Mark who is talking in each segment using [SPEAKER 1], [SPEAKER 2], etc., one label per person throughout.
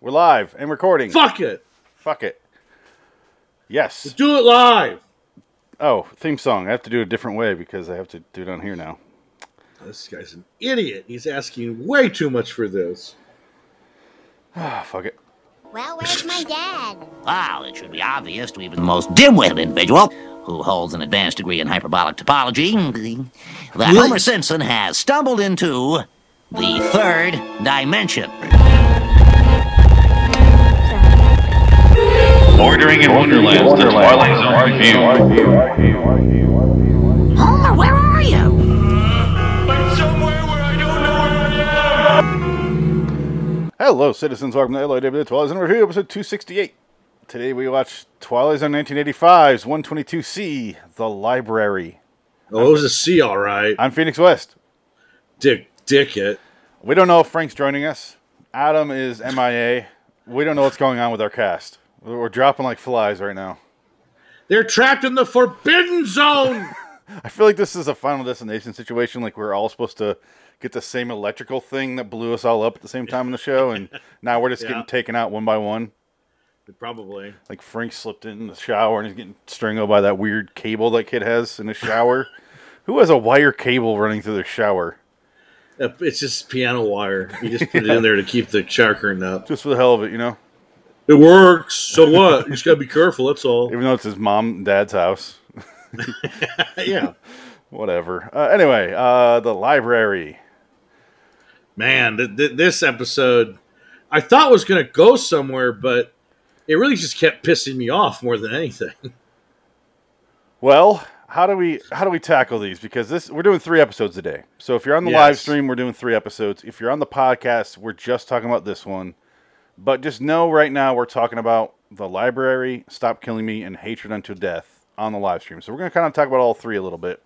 [SPEAKER 1] We're live and recording.
[SPEAKER 2] Fuck it.
[SPEAKER 1] Fuck it. Yes.
[SPEAKER 2] Do it live.
[SPEAKER 1] Oh, theme song. I have to do it a different way because I have to do it on here now.
[SPEAKER 2] This guy's an idiot. He's asking way too much for this.
[SPEAKER 1] Ah, fuck it.
[SPEAKER 3] Well, where's my dad?
[SPEAKER 4] Well, it should be obvious to even the most dim-witted individual who holds an advanced degree in hyperbolic topology that Homer Simpson has stumbled into the third dimension.
[SPEAKER 5] Bordering in Wonderland, the Twilight Zone review.
[SPEAKER 3] Homer, where are you?
[SPEAKER 1] Hello, citizens. Welcome to LOW Twilight Zone Review, episode 268. Today we watch Twilight Zone 1985's 122C, The Library.
[SPEAKER 2] Oh, it was a C, all right.
[SPEAKER 1] I'm Phoenix West.
[SPEAKER 2] Dick, dick it.
[SPEAKER 1] We don't know if Frank's joining us. Adam is MIA. We don't know what's going on with our cast. We're we're dropping like flies right now.
[SPEAKER 2] They're trapped in the forbidden zone.
[SPEAKER 1] I feel like this is a final destination situation. Like we're all supposed to get the same electrical thing that blew us all up at the same time in the show, and now we're just
[SPEAKER 2] Yeah.
[SPEAKER 1] getting taken out one by one.
[SPEAKER 2] Probably.
[SPEAKER 1] Like Frank slipped in the shower and he's getting strangled by that weird cable that kid has in his shower. Who has a wire cable running through their shower?
[SPEAKER 2] Uh, It's just piano wire. You just put it in there to keep the shower curtain up.
[SPEAKER 1] Just for the hell of it, you know?
[SPEAKER 2] It works. So what? You just gotta be careful. That's all.
[SPEAKER 1] Even though it's his mom and dad's house.
[SPEAKER 2] yeah.
[SPEAKER 1] Whatever. Uh, anyway, uh, the library.
[SPEAKER 2] Man, th- th- this episode I thought was gonna go somewhere, but it really just kept pissing me off more than anything.
[SPEAKER 1] Well, how do we how do we tackle these? Because this we're doing three episodes a day. So if you're on the
[SPEAKER 2] Yes.
[SPEAKER 1] live stream, we're doing three episodes. If you're on the podcast, we're just talking about this one. But just know right now we're talking about the library, stop killing me, and hatred unto death on the live stream. So we're gonna kind of talk about all three a little bit.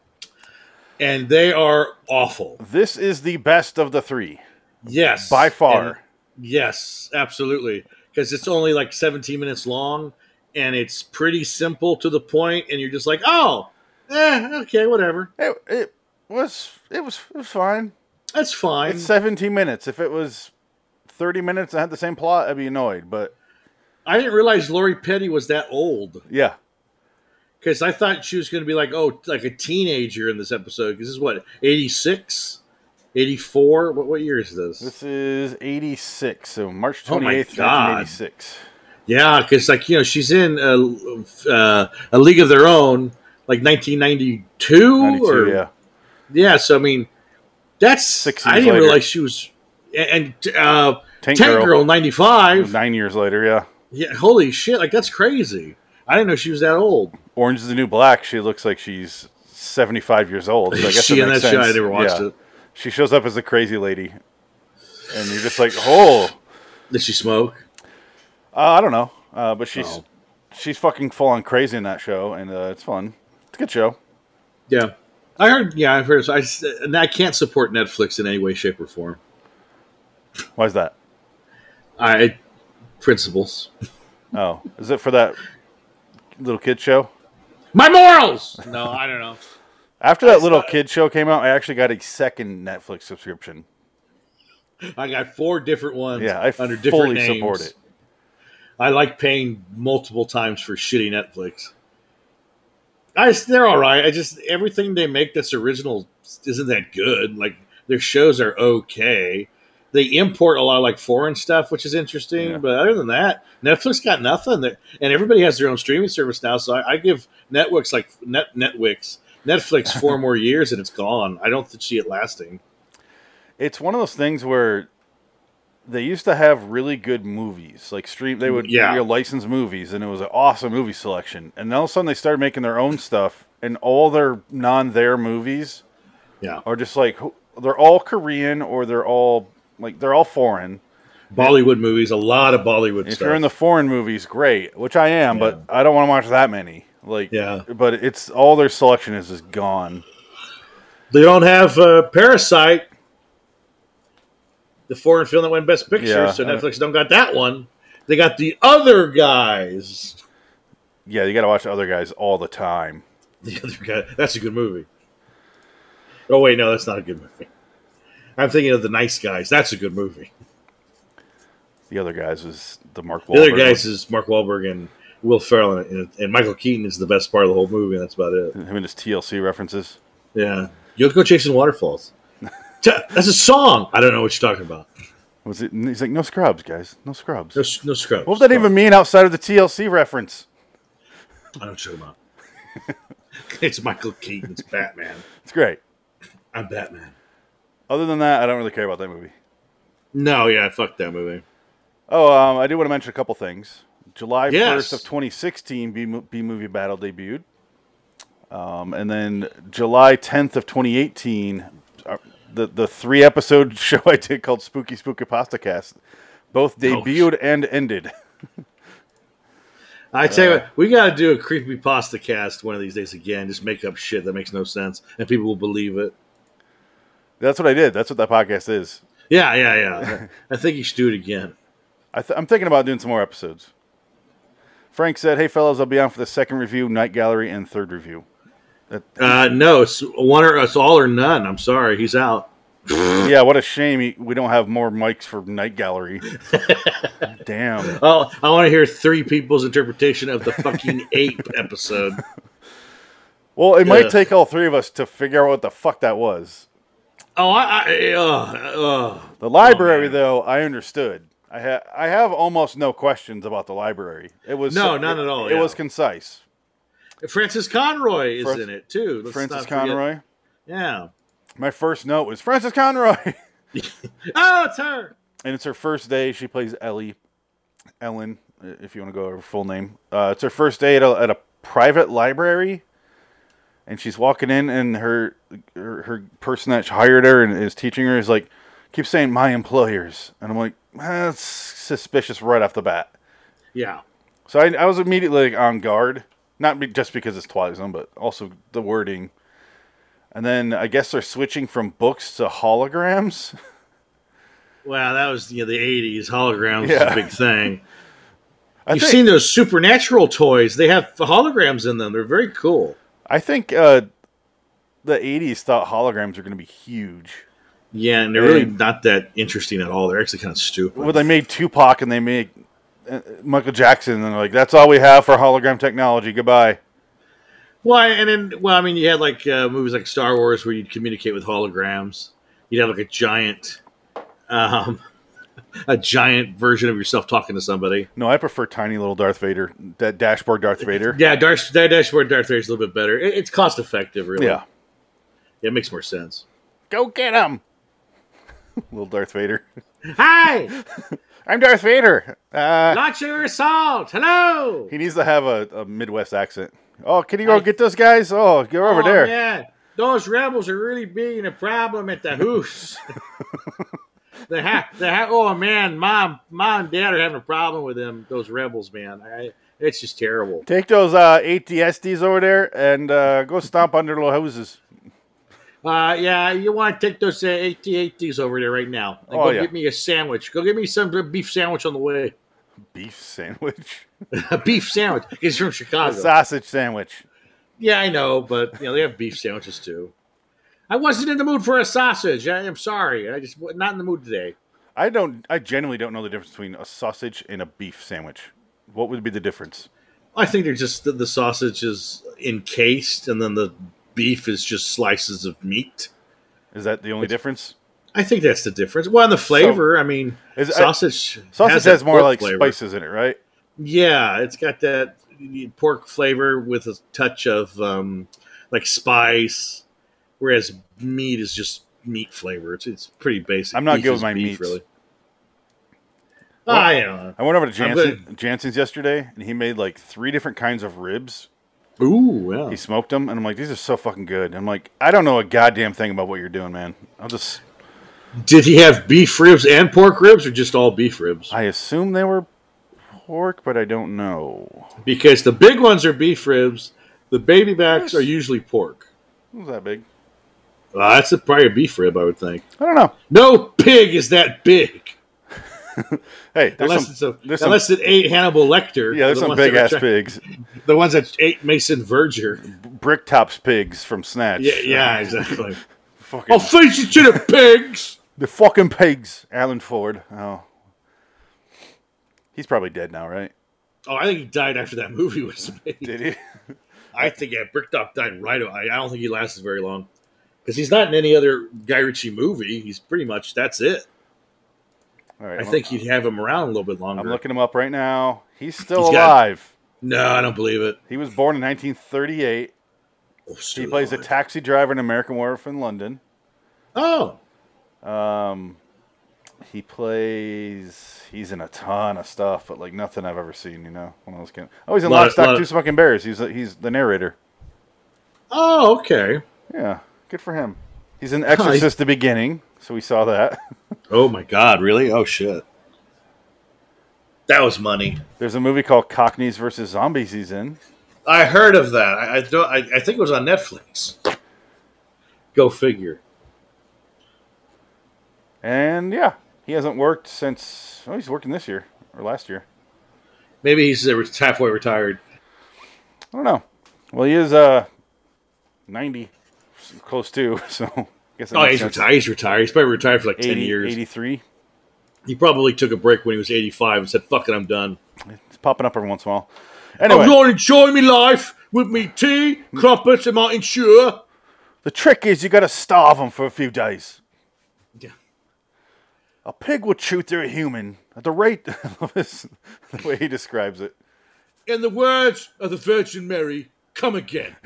[SPEAKER 2] And they are awful.
[SPEAKER 1] This is the best of the three
[SPEAKER 2] Yes.
[SPEAKER 1] by far.
[SPEAKER 2] And- Yes, absolutely. Because it's only like 17 minutes long and it's pretty simple to the point, and you're just like, oh, eh, okay, whatever.
[SPEAKER 1] it, it was it was it was fine.
[SPEAKER 2] That's fine.
[SPEAKER 1] It's 17 minutes. If it was 30 minutes and had the same plot, I'd be annoyed. But
[SPEAKER 2] I didn't realize Lori Petty was that old
[SPEAKER 1] yeah,
[SPEAKER 2] because I thought she was going to be like, oh, like a teenager in this episode. Because this is what, 86? 84? What, what year is this?
[SPEAKER 1] This is 86, so March 28th,
[SPEAKER 2] Oh my God.
[SPEAKER 1] 1986.
[SPEAKER 2] Yeah, because like you know, she's in a, uh, a League of Their Own, like 1992
[SPEAKER 1] 92,
[SPEAKER 2] or
[SPEAKER 1] yeah.
[SPEAKER 2] Yeah, so I mean, that's
[SPEAKER 1] Six
[SPEAKER 2] six. I
[SPEAKER 1] years
[SPEAKER 2] didn't
[SPEAKER 1] later.
[SPEAKER 2] realize she was and uh,
[SPEAKER 1] Tank
[SPEAKER 2] Tank,
[SPEAKER 1] Girl. Mm-hmm.
[SPEAKER 2] Girl, ninety five.
[SPEAKER 1] Nine years later, yeah.
[SPEAKER 2] Yeah, holy shit! Like that's crazy. I didn't know she was that old.
[SPEAKER 1] Orange is the New Black. She looks like she's 75 years old. So I guess
[SPEAKER 2] she
[SPEAKER 1] that
[SPEAKER 2] and that
[SPEAKER 1] makes
[SPEAKER 2] shit. I
[SPEAKER 1] sense.
[SPEAKER 2] never watched
[SPEAKER 1] Yeah.
[SPEAKER 2] it.
[SPEAKER 1] She shows up as a crazy lady. And you're just like, oh,
[SPEAKER 2] Did she smoke?
[SPEAKER 1] uh, I don't know. Uh, but she's
[SPEAKER 2] Oh.
[SPEAKER 1] she's fucking full on crazy in that show, and uh, it's fun. It's a good show.
[SPEAKER 2] Yeah, I heard. Yeah, I've heard. I s- and I can't support Netflix in any way, shape, or form.
[SPEAKER 1] Why's that?
[SPEAKER 2] I principles.
[SPEAKER 1] Oh, is it for that little kid show?
[SPEAKER 2] My morals. No, I don't know.
[SPEAKER 1] After that little kid show came out, I actually got a second Netflix subscription.
[SPEAKER 2] I got four different ones.
[SPEAKER 1] Yeah, I
[SPEAKER 2] under different
[SPEAKER 1] fully
[SPEAKER 2] names.
[SPEAKER 1] support it.
[SPEAKER 2] I like paying multiple times for shitty Netflix. I they're all right. I just everything they make that's original isn't that good. Like their shows are okay. They import a lot of like foreign stuff, which is interesting.
[SPEAKER 1] Yeah.
[SPEAKER 2] But other than that, Netflix got nothing. They're- and everybody has their own streaming service now. So I, I give Netflix like Net Netflix Netflix four more years and it's gone. I don't see it lasting.
[SPEAKER 1] it's one of those things where they used to have really good movies like stream they would
[SPEAKER 2] Yeah.
[SPEAKER 1] your license movies and it was an awesome movie selection and then all of a sudden they started making their own stuff and all their non their movies
[SPEAKER 2] Yeah,
[SPEAKER 1] are just like who- they're all korean or they're all like they're all foreign
[SPEAKER 2] Bollywood movies, a lot of Bollywood
[SPEAKER 1] if
[SPEAKER 2] stuff.
[SPEAKER 1] you're in the foreign movies great which i am but i don't want to watch that many like
[SPEAKER 2] Yeah.
[SPEAKER 1] but it's all their selection is just gone
[SPEAKER 2] They don't have uh, Parasite, the foreign film that won Best Picture,
[SPEAKER 1] Yeah,
[SPEAKER 2] so
[SPEAKER 1] I-
[SPEAKER 2] Netflix don't got that one. They got the other guys.
[SPEAKER 1] yeah you gotta watch other guys all the time
[SPEAKER 2] The other guy. That's a good movie. Oh wait, no, that's not a good movie. I'm thinking of the Nice Guys. That's a good movie.
[SPEAKER 1] The other guys is the Mark Wahlberg.
[SPEAKER 2] The other guys is Mark Wahlberg and Will Ferrell, and- and, and Michael Keaton is the best part of the whole movie, and that's about it.
[SPEAKER 1] him and his TLC references.
[SPEAKER 2] Yeah. You'll go chasing waterfalls. T- That's a song. I don't know what you're talking about.
[SPEAKER 1] Was it? He's like, no scrubs, guys, no scrubs.
[SPEAKER 2] No, s- no scrubs.
[SPEAKER 1] what does that
[SPEAKER 2] Sorry.
[SPEAKER 1] even mean outside of the TLC reference?
[SPEAKER 2] I don't show them up. it's Michael Keaton. It's Batman.
[SPEAKER 1] It's great.
[SPEAKER 2] I'm Batman.
[SPEAKER 1] Other than that, I don't really care about that movie.
[SPEAKER 2] No, yeah, fuck that movie.
[SPEAKER 1] Oh, um, I do want to mention a couple things. July
[SPEAKER 2] Yes.
[SPEAKER 1] 1st of 2016, B, Mo- B Movie Battle debuted. Um, and then July 10th of 2018, uh, the, the three episode show I did called Spooky Spooky Pasta Cast both debuted and ended.
[SPEAKER 2] I tell you
[SPEAKER 1] Uh,
[SPEAKER 2] what, we got to do a creepy pasta cast one of these days again. Just make up shit that makes no sense, and people will believe it.
[SPEAKER 1] That's what I did. That's what that podcast is.
[SPEAKER 2] Yeah, yeah, yeah. I think you should do it again.
[SPEAKER 1] I th- I'm thinking about doing some more episodes. Frank said, Hey, fellas, I'll be on for the second review, Night Gallery, and third review.
[SPEAKER 2] Uh, no, it's one or it's all or none. I'm sorry, he's out.
[SPEAKER 1] Yeah, what a shame he- we don't have more mics for Night Gallery. Damn.
[SPEAKER 2] Oh, I want to hear three people's interpretation of the fucking ape episode.
[SPEAKER 1] Well, it might
[SPEAKER 2] Ugh.
[SPEAKER 1] take all three of us to figure out what the fuck that was.
[SPEAKER 2] Oh, I, I uh, uh,
[SPEAKER 1] The library,
[SPEAKER 2] man.
[SPEAKER 1] though, I understood. I ha- I have almost no questions about the library. It was
[SPEAKER 2] No, none at all,
[SPEAKER 1] It
[SPEAKER 2] yeah.
[SPEAKER 1] was concise.
[SPEAKER 2] Francis Conroy is
[SPEAKER 1] Fran-
[SPEAKER 2] in it too. Let's
[SPEAKER 1] Francis
[SPEAKER 2] not forget-
[SPEAKER 1] Conroy.
[SPEAKER 2] Yeah.
[SPEAKER 1] My first note was Francis Conroy, and
[SPEAKER 2] Oh, it's her.
[SPEAKER 1] it's her first day. She plays Ellie, Ellen, i- if you want to go over her full name. Uh, it's her first day at a, at a private library, and she's walking in, and her, her her person that hired her and is teaching her is like, keeps saying my employers, and I'm like, "Ah, that's suspicious right off the bat.
[SPEAKER 2] Yeah.
[SPEAKER 1] So I, I was immediately like, on guard, not be, just because it's Twilight Zone, but also the wording. And then I guess they're switching from books to holograms.
[SPEAKER 2] Wow, that was you know, the '80s. Holograms was
[SPEAKER 1] Yeah.
[SPEAKER 2] a big thing.
[SPEAKER 1] I
[SPEAKER 2] You've
[SPEAKER 1] think,
[SPEAKER 2] seen those supernatural toys? They have holograms in them. They're very cool.
[SPEAKER 1] I think uh, the '80s thought holograms are going to be huge.
[SPEAKER 2] Yeah, and they're really
[SPEAKER 1] And-
[SPEAKER 2] not that interesting at all. They're actually kind of stupid.
[SPEAKER 1] Well, they made Tupac and they made uh, Michael Jackson, and they're like, "That's all we have for hologram technology. Goodbye."
[SPEAKER 2] Why? And then, well, I mean, you had like uh, movies like Star Wars where you'd communicate with holograms. You'd have like a giant, um, a giant version of yourself talking to somebody.
[SPEAKER 1] No, I prefer tiny little Darth Vader, that dashboard Darth Vader.
[SPEAKER 2] Yeah, Darth, that dashboard Darth Vader's a little bit better. It, it's cost effective, really.
[SPEAKER 1] yeah.
[SPEAKER 2] it makes more sense.
[SPEAKER 1] Go get him, little Darth Vader.
[SPEAKER 2] Hi,
[SPEAKER 1] I'm Darth Vader. Uh,
[SPEAKER 2] not your assault. Hello.
[SPEAKER 1] He needs to have a, a Midwest accent. Oh, can you go get those guys? Oh, go over there.
[SPEAKER 2] Yeah, those rebels are really being a problem at the house. the ha- the ha- oh man, mom, mom, and dad are having a problem with them. Those rebels, man. I, it's just terrible.
[SPEAKER 1] Take those uh, eight DSDs over there and uh, go stomp on their little houses.
[SPEAKER 2] Uh, yeah, you want to take those uh, AT-ATs over there right now? And
[SPEAKER 1] Oh,
[SPEAKER 2] go
[SPEAKER 1] yeah.
[SPEAKER 2] get me a sandwich. Go get me some beef sandwich on the way.
[SPEAKER 1] Beef sandwich,
[SPEAKER 2] a beef sandwich. He's from Chicago.
[SPEAKER 1] sausage sandwich.
[SPEAKER 2] Yeah, I know, but you know they have beef sandwiches too. I wasn't in the mood for a sausage. I am sorry. I just not in the mood today.
[SPEAKER 1] I don't. I genuinely don't know the difference between a sausage and a beef sandwich. What would be the difference?
[SPEAKER 2] I think they're just the, the sausage is encased, and then the beef is just slices of meat.
[SPEAKER 1] Is that the only difference?
[SPEAKER 2] I think that's the difference. Well, and the flavor. I mean,
[SPEAKER 1] Is- I-
[SPEAKER 2] sausage
[SPEAKER 1] Sausage has,
[SPEAKER 2] that
[SPEAKER 1] more
[SPEAKER 2] pork
[SPEAKER 1] like
[SPEAKER 2] flavor.
[SPEAKER 1] spices in it, right?
[SPEAKER 2] Yeah, it's got that pork flavor with a touch of um, like spice, whereas meat is just meat flavor. It's, it's pretty basic.
[SPEAKER 1] I'm not good with
[SPEAKER 2] is
[SPEAKER 1] my meats.
[SPEAKER 2] I uh, don't
[SPEAKER 1] I went over to
[SPEAKER 2] I'm
[SPEAKER 1] Jansen, Jansen's yesterday, and he made like three different kinds of ribs.
[SPEAKER 2] know. Ooh,
[SPEAKER 1] He
[SPEAKER 2] yeah.
[SPEAKER 1] smoked them, and I'm like, these are so fucking good. And I'm like, I don't know a goddamn thing about what you're doing, man. I'll just
[SPEAKER 2] Did he have beef ribs and pork ribs, or just all beef ribs?
[SPEAKER 1] I assume they were pork, but I don't know.
[SPEAKER 2] Because the big ones are beef ribs, the baby backs are usually pork.
[SPEAKER 1] It was that big.
[SPEAKER 2] Uh, that's a, probably a beef rib, I would think.
[SPEAKER 1] I don't know.
[SPEAKER 2] No pig is that big.
[SPEAKER 1] Hey, there's
[SPEAKER 2] Unless,
[SPEAKER 1] some,
[SPEAKER 2] it's a,
[SPEAKER 1] there's
[SPEAKER 2] unless it ate Hannibal Lecter.
[SPEAKER 1] some, yeah, there's
[SPEAKER 2] the
[SPEAKER 1] some
[SPEAKER 2] ones that
[SPEAKER 1] big
[SPEAKER 2] were
[SPEAKER 1] ass
[SPEAKER 2] try-
[SPEAKER 1] pigs,
[SPEAKER 2] The ones that ate Mason Verger.
[SPEAKER 1] brick tops pigs from Snatch.
[SPEAKER 2] Yeah, yeah, exactly.
[SPEAKER 1] fucking,
[SPEAKER 2] I'll feed you to the pigs.
[SPEAKER 1] the fucking pigs. Alan Ford. Oh, He's probably dead now, right?
[SPEAKER 2] Oh, I think he died after that movie was made.
[SPEAKER 1] Did he?
[SPEAKER 2] I think yeah, Brickdop died right away. I don't think he lasted very long because he's not in any other Guy Ritchie movie. He's pretty much that's it.
[SPEAKER 1] All right.
[SPEAKER 2] I
[SPEAKER 1] I'm-
[SPEAKER 2] think you'd have him around a little bit longer.
[SPEAKER 1] I'm looking him up right now. He's still
[SPEAKER 2] He's got-
[SPEAKER 1] alive.
[SPEAKER 2] No, I don't believe it.
[SPEAKER 1] He was born in 1938.
[SPEAKER 2] Oh,
[SPEAKER 1] He plays a taxi driver in American Werewolf in London.
[SPEAKER 2] Oh,
[SPEAKER 1] Um, he plays. He's in a ton of stuff, but like nothing I've ever seen. You know, when I was kidding. Oh, he's in
[SPEAKER 2] Lot-
[SPEAKER 1] Lockstock
[SPEAKER 2] lot-
[SPEAKER 1] Two Smoking Bears. He's he's the narrator.
[SPEAKER 2] oh, okay.
[SPEAKER 1] Yeah, good for him. He's in Exorcist: The Beginning, so we saw that.
[SPEAKER 2] Oh my God, really? Oh shit, that was money.
[SPEAKER 1] There's a movie called Cockneys versus Zombies. He's in.
[SPEAKER 2] I heard of that. I I, don't, I I think it was on Netflix. Go figure.
[SPEAKER 1] And yeah, he hasn't worked since. Oh, he's working this year or last year.
[SPEAKER 2] Maybe he's uh, halfway retired.
[SPEAKER 1] I don't know. Well, he is uh, 90, s- close to. So I guess it
[SPEAKER 2] Oh,
[SPEAKER 1] makes
[SPEAKER 2] he's
[SPEAKER 1] sense.
[SPEAKER 2] retired. He's retired. He's probably retired for like
[SPEAKER 1] 80,
[SPEAKER 2] ten years.
[SPEAKER 1] 83.
[SPEAKER 2] He probably took a break when he was eighty-five and said, "Fuck it, I'm done."
[SPEAKER 1] It's popping up every once in a while. Anyway,
[SPEAKER 2] I'm going to enjoy my life with me tea, crumpets, and my insure.
[SPEAKER 1] the trick is you got to starve them for a few days.
[SPEAKER 2] Yeah.
[SPEAKER 1] A pig will chew through a human at the rate I love this- the way he describes it.
[SPEAKER 2] In the words of the Virgin Mary, come again.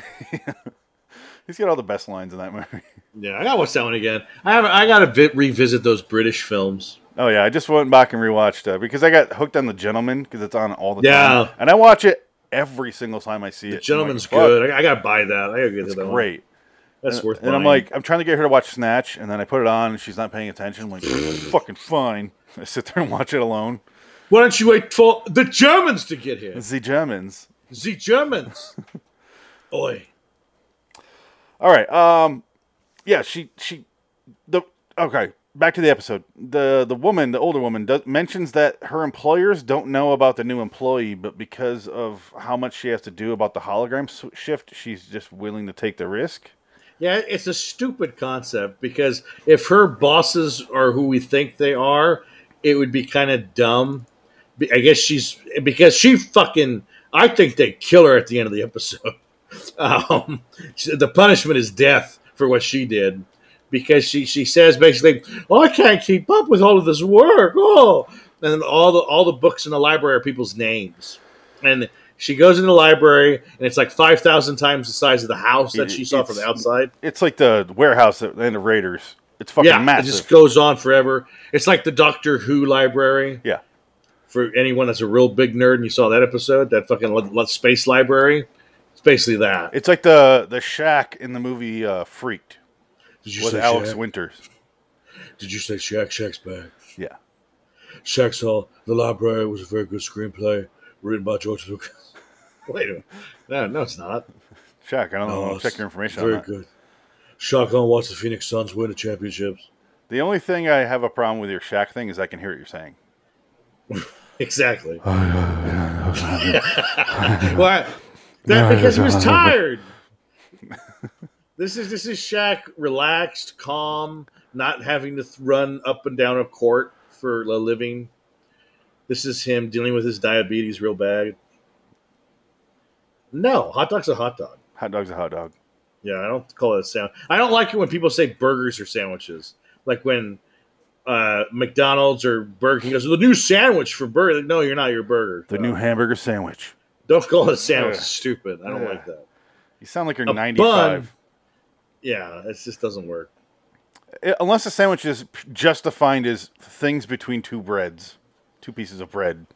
[SPEAKER 1] He's got all the best lines in that movie.
[SPEAKER 2] Yeah, I gotta watch that one again. I haven't, I gotta vi- revisit those British films.
[SPEAKER 1] Oh yeah, I just went back and rewatched that because I got hooked on The Gentleman because it's on all the
[SPEAKER 2] Yeah.
[SPEAKER 1] time. and I watch it every single time I see it. I'm like,
[SPEAKER 2] Gentleman's
[SPEAKER 1] "Fuck,
[SPEAKER 2] good. I, I gotta buy that. I gotta get that one.
[SPEAKER 1] Great.
[SPEAKER 2] That's worth.
[SPEAKER 1] And I'm
[SPEAKER 2] buying.
[SPEAKER 1] like, I'm trying to get her to watch Snatch, and then I put it on, and she's not paying attention. I'm like, fucking fine. I sit there and watch it alone.
[SPEAKER 2] why don't you wait for the Germans to get here?
[SPEAKER 1] It's the Germans.
[SPEAKER 2] The Germans. Oi.
[SPEAKER 1] All right. Um, yeah, she she the okay. Back to the episode. the The woman, the older woman, does, mentions that her employers don't know about the new employee, but because of how much she has to do about the hologram s- shift, she's just willing to take the risk.
[SPEAKER 2] Yeah, it's a stupid concept because if her bosses are who we think they are, it would be kind of dumb. Be- I guess she's because she fucking. I think they kill her at the end of the episode. Um, she- the punishment is death for what she did because she she says basically, "Oh, I can't keep up with all of this work." Oh, and then all the all the books in the library are people's names, and. She goes in the library, and it's like five thousand times the size of the house that she saw from the
[SPEAKER 1] It's-
[SPEAKER 2] outside
[SPEAKER 1] It's like the warehouse at the end of Raiders. It's fucking
[SPEAKER 2] yeah,
[SPEAKER 1] massive.
[SPEAKER 2] It just goes on forever. It's like the Doctor Who library
[SPEAKER 1] yeah,
[SPEAKER 2] for anyone that's a real big nerd and you saw that episode, that fucking le- le- space library. It's basically that.
[SPEAKER 1] it's like the the shack in the movie uh, Freaked
[SPEAKER 2] Did you
[SPEAKER 1] with
[SPEAKER 2] say
[SPEAKER 1] Alex
[SPEAKER 2] Shaq?
[SPEAKER 1] Winters.
[SPEAKER 2] Did you say Shaq? Shaq's back.
[SPEAKER 1] Yeah,
[SPEAKER 2] Shaq saw the library was a very good screenplay written by George Lucas. Wait a minute. No, no, it's not.
[SPEAKER 1] shack. I don't know. I'll
[SPEAKER 2] it's
[SPEAKER 1] check your information.
[SPEAKER 2] Oh, Very
[SPEAKER 1] on that.
[SPEAKER 2] good. Shaq on watch the Phoenix Suns win the championships.
[SPEAKER 1] The only thing I have a problem with your shack thing is I can hear what you're saying.
[SPEAKER 2] Exactly. Why? That because he was tired. This is this is Shaq relaxed, calm, not having to th- run up and down a court for a living. This is him dealing with his diabetes real bad. No, hot dog's a hot dog.
[SPEAKER 1] Hot dog's a hot dog.
[SPEAKER 2] Yeah, I don't call it a sandwich. I don't like it when people say burgers are sandwiches. Like when uh, McDonald's or Burger King goes, the new sandwich for burger. Like, no, you're not your burger.
[SPEAKER 1] The
[SPEAKER 2] No.
[SPEAKER 1] new hamburger sandwich.
[SPEAKER 2] Don't call it a sandwich.
[SPEAKER 1] Ugh.
[SPEAKER 2] It's stupid. I don't
[SPEAKER 1] Ugh.
[SPEAKER 2] like that.
[SPEAKER 1] You sound like you're
[SPEAKER 2] A
[SPEAKER 1] 95.
[SPEAKER 2] Yeah, it just doesn't work.
[SPEAKER 1] I- Unless the sandwich is p- just defined as things between two breads, two pieces of bread.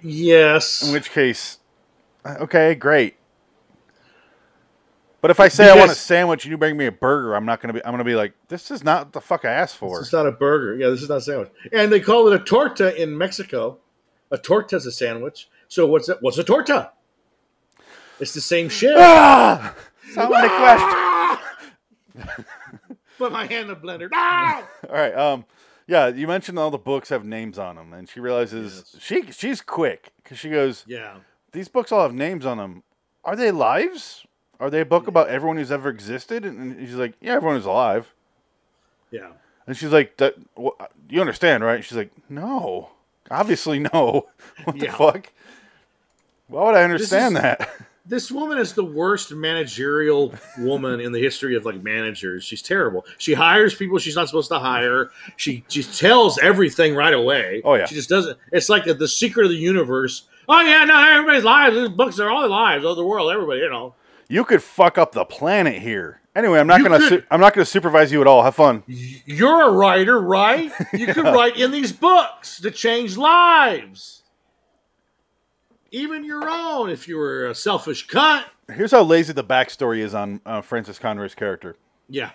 [SPEAKER 2] Yes.
[SPEAKER 1] In which case, uh, okay, great. But if I say I want a
[SPEAKER 2] Because-
[SPEAKER 1] sandwich and you bring me a burger, I'm not gonna be. I'm gonna be like, this is not the fuck I asked for.
[SPEAKER 2] It's not a burger. Yeah, this is not a sandwich. And they call it a torta in Mexico. A torta is a sandwich. So what's that? What's a torta? It's the same shit.
[SPEAKER 1] Ah! Sound like a question.
[SPEAKER 2] Put my hand in the blender. Ah!
[SPEAKER 1] All right. Um, yeah, you mentioned all the books have names on them, and she realizes she she's quick because she goes,
[SPEAKER 2] yeah.
[SPEAKER 1] "These books all have names on them. Are they lives? Are they a book about everyone who's ever existed?" And- And she's like, "Yeah, everyone is alive."
[SPEAKER 2] Yeah.
[SPEAKER 1] And she's like, "That wha- you understand, right?" She's like, "No, Obviously, no. What the
[SPEAKER 2] Yeah.
[SPEAKER 1] fuck? Why would I understand
[SPEAKER 2] is-
[SPEAKER 1] that?
[SPEAKER 2] This woman is the worst managerial woman in the history of like managers. She's terrible. She hires people she's not supposed to hire. She she tells everything right away.
[SPEAKER 1] Oh, yeah.
[SPEAKER 2] She just doesn't. It's like the, the secret of the universe. Oh yeah, no, everybody's lives. These books are all lives of the world. Everybody, you know.
[SPEAKER 1] You could fuck up the planet here. Anyway, I'm not
[SPEAKER 2] You
[SPEAKER 1] gonna
[SPEAKER 2] could-
[SPEAKER 1] su- I'm not gonna supervise you at all. Have fun.
[SPEAKER 2] You're a writer, right? You could write in these books to change lives. Even your own, if you were a selfish cunt.
[SPEAKER 1] Here's how lazy the backstory is on uh, Frances Conroy's character.
[SPEAKER 2] Yeah.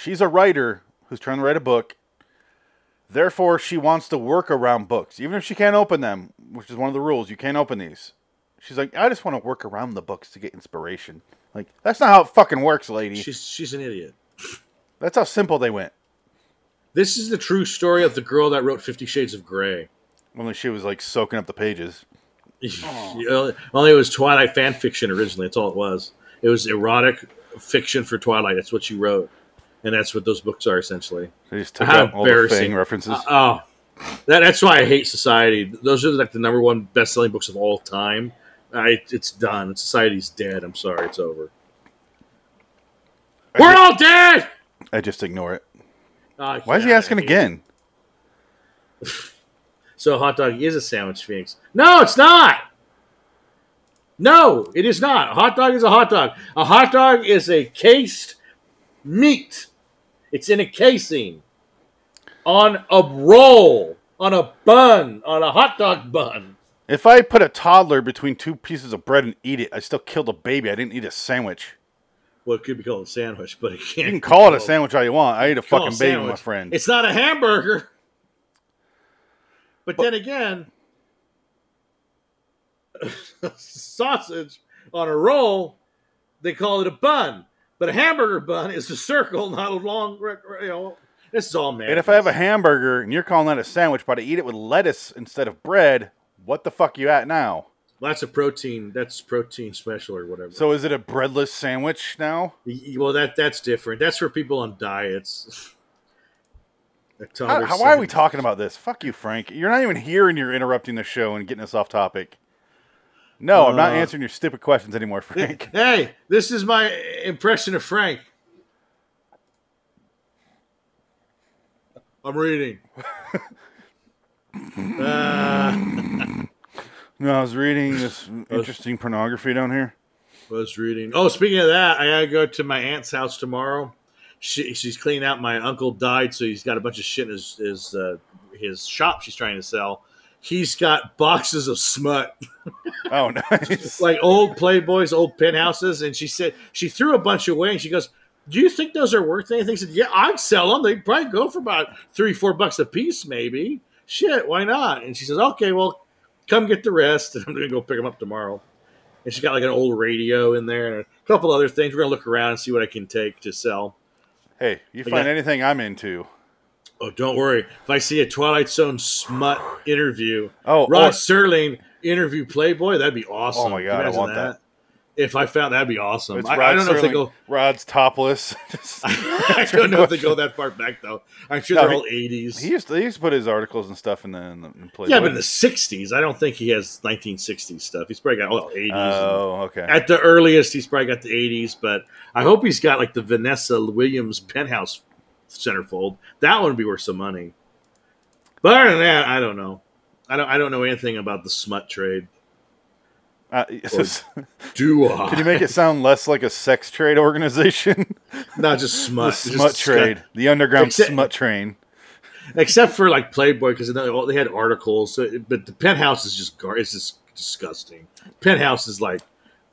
[SPEAKER 1] She's a writer who's trying to write a book. Therefore, she wants to work around books, even if she can't open them, which is one of the rules. You can't open these. She's like, I just want to work around the books to get inspiration. Like, that's not how it fucking works, lady.
[SPEAKER 2] She's she's an idiot.
[SPEAKER 1] That's how simple they went.
[SPEAKER 2] This is the true story of the girl that wrote Fifty Shades of Grey.
[SPEAKER 1] Only she was like soaking up the pages. Oh.
[SPEAKER 2] Only only uh, it was Twilight fan fiction originally. That's all it was. It was erotic fiction for Twilight. That's what she wrote, and that's what those books are essentially.
[SPEAKER 1] They just took
[SPEAKER 2] How
[SPEAKER 1] out all the
[SPEAKER 2] embarrassing.
[SPEAKER 1] Fang references.
[SPEAKER 2] Oh, that, that's why I hate Society. Those are like the number one best selling books of all time. I, it's done. Society's dead. I'm sorry. It's over. We're all dead.
[SPEAKER 1] I just ignore it.
[SPEAKER 2] Ah,
[SPEAKER 1] Why is he
[SPEAKER 2] yeah,
[SPEAKER 1] asking
[SPEAKER 2] I hate
[SPEAKER 1] again?
[SPEAKER 2] it. So hot dog is a sandwich, Phoenix. No, it's not. No, it is not. A hot dog is a hot dog. A hot dog is a cased meat. It's in a casing, on a roll, on a bun, on a hot dog bun.
[SPEAKER 1] If I put a toddler between two pieces of bread and eat it, I still killed a baby. I didn't eat a sandwich.
[SPEAKER 2] Well, it could be called a sandwich, but it can't.
[SPEAKER 1] You
[SPEAKER 2] be
[SPEAKER 1] can call it a
[SPEAKER 2] called-
[SPEAKER 1] sandwich all you want. I ate a
[SPEAKER 2] call it
[SPEAKER 1] fucking
[SPEAKER 2] a
[SPEAKER 1] baby, my
[SPEAKER 2] sandwich.
[SPEAKER 1] friend.
[SPEAKER 2] It's not a hamburger. But then again, sausage on a roll, they call it a bun. But a hamburger bun is a circle, not a long. re- re- You know, this is all man.
[SPEAKER 1] and if I have a hamburger and you're calling that a sandwich, but I eat it with lettuce instead of bread, what the fuck you at now?
[SPEAKER 2] that's a protein. That's protein special or whatever.
[SPEAKER 1] So is it a breadless sandwich now?
[SPEAKER 2] Y- y- well, that that's different. That's for people on diets. That
[SPEAKER 1] How,
[SPEAKER 2] toddler
[SPEAKER 1] how- why are we
[SPEAKER 2] sandwich.
[SPEAKER 1] talking about this? Fuck you, Frank. You're not even here and you're interrupting the show and getting us off topic. No, I'm not
[SPEAKER 2] Uh.
[SPEAKER 1] answering your stupid questions anymore, Frank.
[SPEAKER 2] Hey, this is my impression of Frank. I'm reading. uh,
[SPEAKER 1] no, I was reading this interesting pornography down here.
[SPEAKER 2] was reading. Oh, speaking of that, I gotta go to my aunt's house tomorrow. She, she's cleaning out. My uncle died, so he's got a bunch of shit in his his, uh, his shop. She's trying to sell. He's got boxes of smut.
[SPEAKER 1] Oh, nice.
[SPEAKER 2] like old Playboys, old penthouses. And she said she threw a bunch away, and she goes, "Do you think those are worth anything?" I said, "Yeah, I'd sell them. They'd probably go for about three, four bucks a piece, maybe. Shit, why not?" And she says, "Okay, well, come get the rest, and I'm gonna go pick them up tomorrow." And she's got like an old radio in there and a couple other things. We're gonna look around and see what I can take to sell.
[SPEAKER 1] hey, you
[SPEAKER 2] Like
[SPEAKER 1] find
[SPEAKER 2] that-
[SPEAKER 1] anything I'm into.
[SPEAKER 2] Oh, don't worry. If I see a Twilight Zone smut interview,
[SPEAKER 1] Oh, or-
[SPEAKER 2] Rod Serling interview Playboy, that'd be awesome.
[SPEAKER 1] Oh my God, I
[SPEAKER 2] Imagine
[SPEAKER 1] want that.
[SPEAKER 2] If I found that'd be awesome.
[SPEAKER 1] It's
[SPEAKER 2] I, I
[SPEAKER 1] Rod
[SPEAKER 2] don't know if they
[SPEAKER 1] Serling.
[SPEAKER 2] go.
[SPEAKER 1] Rod's topless. Just-
[SPEAKER 2] I don't know if they go that far back though. I'm sure
[SPEAKER 1] No,
[SPEAKER 2] they're
[SPEAKER 1] he-
[SPEAKER 2] all eighties.
[SPEAKER 1] he used to, he used to put his articles and stuff in the, in the in Playboy.
[SPEAKER 2] Yeah, but in the '60s, I don't think he has 1960s stuff. He's probably got all '80s.
[SPEAKER 1] Oh, okay.
[SPEAKER 2] At the earliest, he's probably got the '80s. But I hope he's got like the Vanessa Williams penthouse centerfold. That one would be worth some money. But other than that, I don't know. I don't. I don't know anything about the smut trade.
[SPEAKER 1] Uh, can
[SPEAKER 2] Do I?
[SPEAKER 1] you make it sound less like a sex trade organization?
[SPEAKER 2] Not just
[SPEAKER 1] the
[SPEAKER 2] smut. Uh, just
[SPEAKER 1] smut
[SPEAKER 2] disgust-
[SPEAKER 1] trade, the underground
[SPEAKER 2] Except-
[SPEAKER 1] smut train.
[SPEAKER 2] except for like Playboy because they all- they had articles. So, but the penthouse is just gar- it's just disgusting. Penthouse is like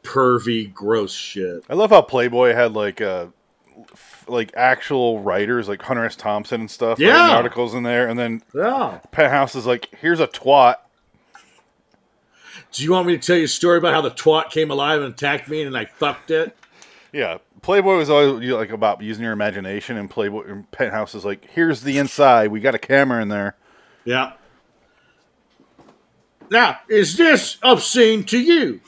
[SPEAKER 2] pervy, gross shit.
[SPEAKER 1] I love how Playboy had like uh, f- like actual writers like Hunter S. Thompson and stuff. writing
[SPEAKER 2] Yeah.
[SPEAKER 1] articles in there, and then
[SPEAKER 2] Yeah.
[SPEAKER 1] Penthouse is like, here's a twat.
[SPEAKER 2] Do you want me to tell you a story about how the twat came alive and attacked me and I fucked it?
[SPEAKER 1] Yeah, Playboy was always you know, like about using your imagination, and Playboy and Penthouse is like, here's the inside. We got a camera in there.
[SPEAKER 2] Yeah. Now, is this obscene to you?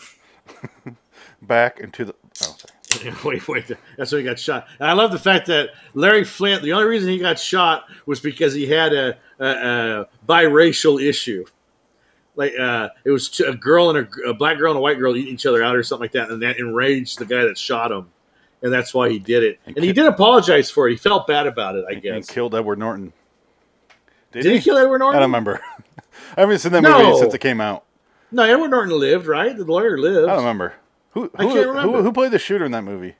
[SPEAKER 1] Back into the. Oh, sorry.
[SPEAKER 2] wait, wait. That's when he got shot. And I love the fact that Larry Flint. The only reason he got shot was because he had a, a, a biracial issue. Like uh, it was t- a girl and a, a black girl and a white girl eating each other out or something like that, and that enraged the guy that shot him, and that's why he did it. And he did apologize for it. He felt bad about it, I
[SPEAKER 1] and
[SPEAKER 2] guess.
[SPEAKER 1] killed Edward Norton.
[SPEAKER 2] Did he kill Edward
[SPEAKER 1] I don't
[SPEAKER 2] Norton?
[SPEAKER 1] remember. I haven't seen that
[SPEAKER 2] No.
[SPEAKER 1] movie since it came out.
[SPEAKER 2] No, Edward Norton lived, right? The lawyer lived.
[SPEAKER 1] I don't remember. Who,
[SPEAKER 2] I
[SPEAKER 1] who,
[SPEAKER 2] can't
[SPEAKER 1] who-
[SPEAKER 2] remember.
[SPEAKER 1] Who, played the shooter in that movie?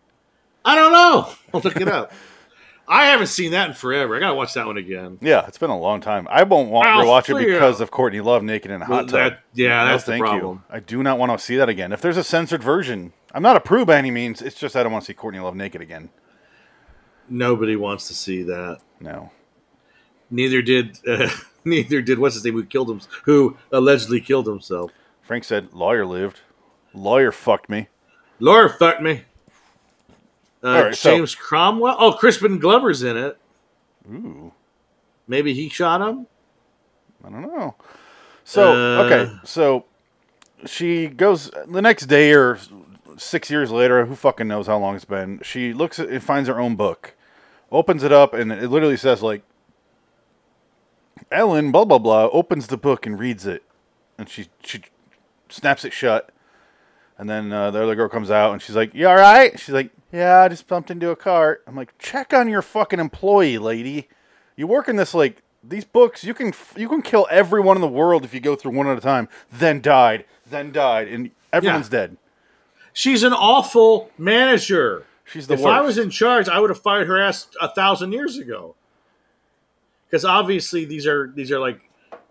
[SPEAKER 2] I don't know. I'll look it up. I haven't seen that in forever. I gotta watch that one again.
[SPEAKER 1] Yeah, it's been a long time. I won't want
[SPEAKER 2] I'll
[SPEAKER 1] to watch it
[SPEAKER 2] figure
[SPEAKER 1] because of Courtney Love naked in a hot
[SPEAKER 2] Well,
[SPEAKER 1] tub.
[SPEAKER 2] that- yeah,
[SPEAKER 1] No,
[SPEAKER 2] that's the problem.
[SPEAKER 1] You. I do not want to see that again. If there's a censored version, I'm not a pro by any means. It's just I don't want to see Courtney Love naked again.
[SPEAKER 2] Nobody wants to see that.
[SPEAKER 1] No.
[SPEAKER 2] Neither did uh, neither did what's his name who killed him, who allegedly killed himself.
[SPEAKER 1] Frank said, "Lawyer lived. Lawyer fucked me."
[SPEAKER 2] Laura fucked me. Uh,
[SPEAKER 1] All right, so-
[SPEAKER 2] James Cromwell. Oh, Crispin Glover's in it.
[SPEAKER 1] Ooh,
[SPEAKER 2] Maybe he shot him.
[SPEAKER 1] I don't know. So
[SPEAKER 2] Uh.
[SPEAKER 1] okay, so she goes the next day or six years later. Who fucking knows how long it's been? She looks at, and finds her own book, opens it up, and it literally says like, "Ellen blah blah blah." Opens the book and reads it, and she she snaps it shut. And then uh, the other girl comes out and she's like, "You all right?" She's like, "Yeah, I just bumped into a cart." I'm like, "Check on your fucking employee, lady. You work in this like these books. You can you can kill everyone in the world if you go through one at a time. Then died, then died, and everyone's dead.
[SPEAKER 2] She's an awful manager.
[SPEAKER 1] She's the
[SPEAKER 2] if
[SPEAKER 1] worst.
[SPEAKER 2] I was in charge, I would have fired her ass a thousand years ago. Because obviously these are these are like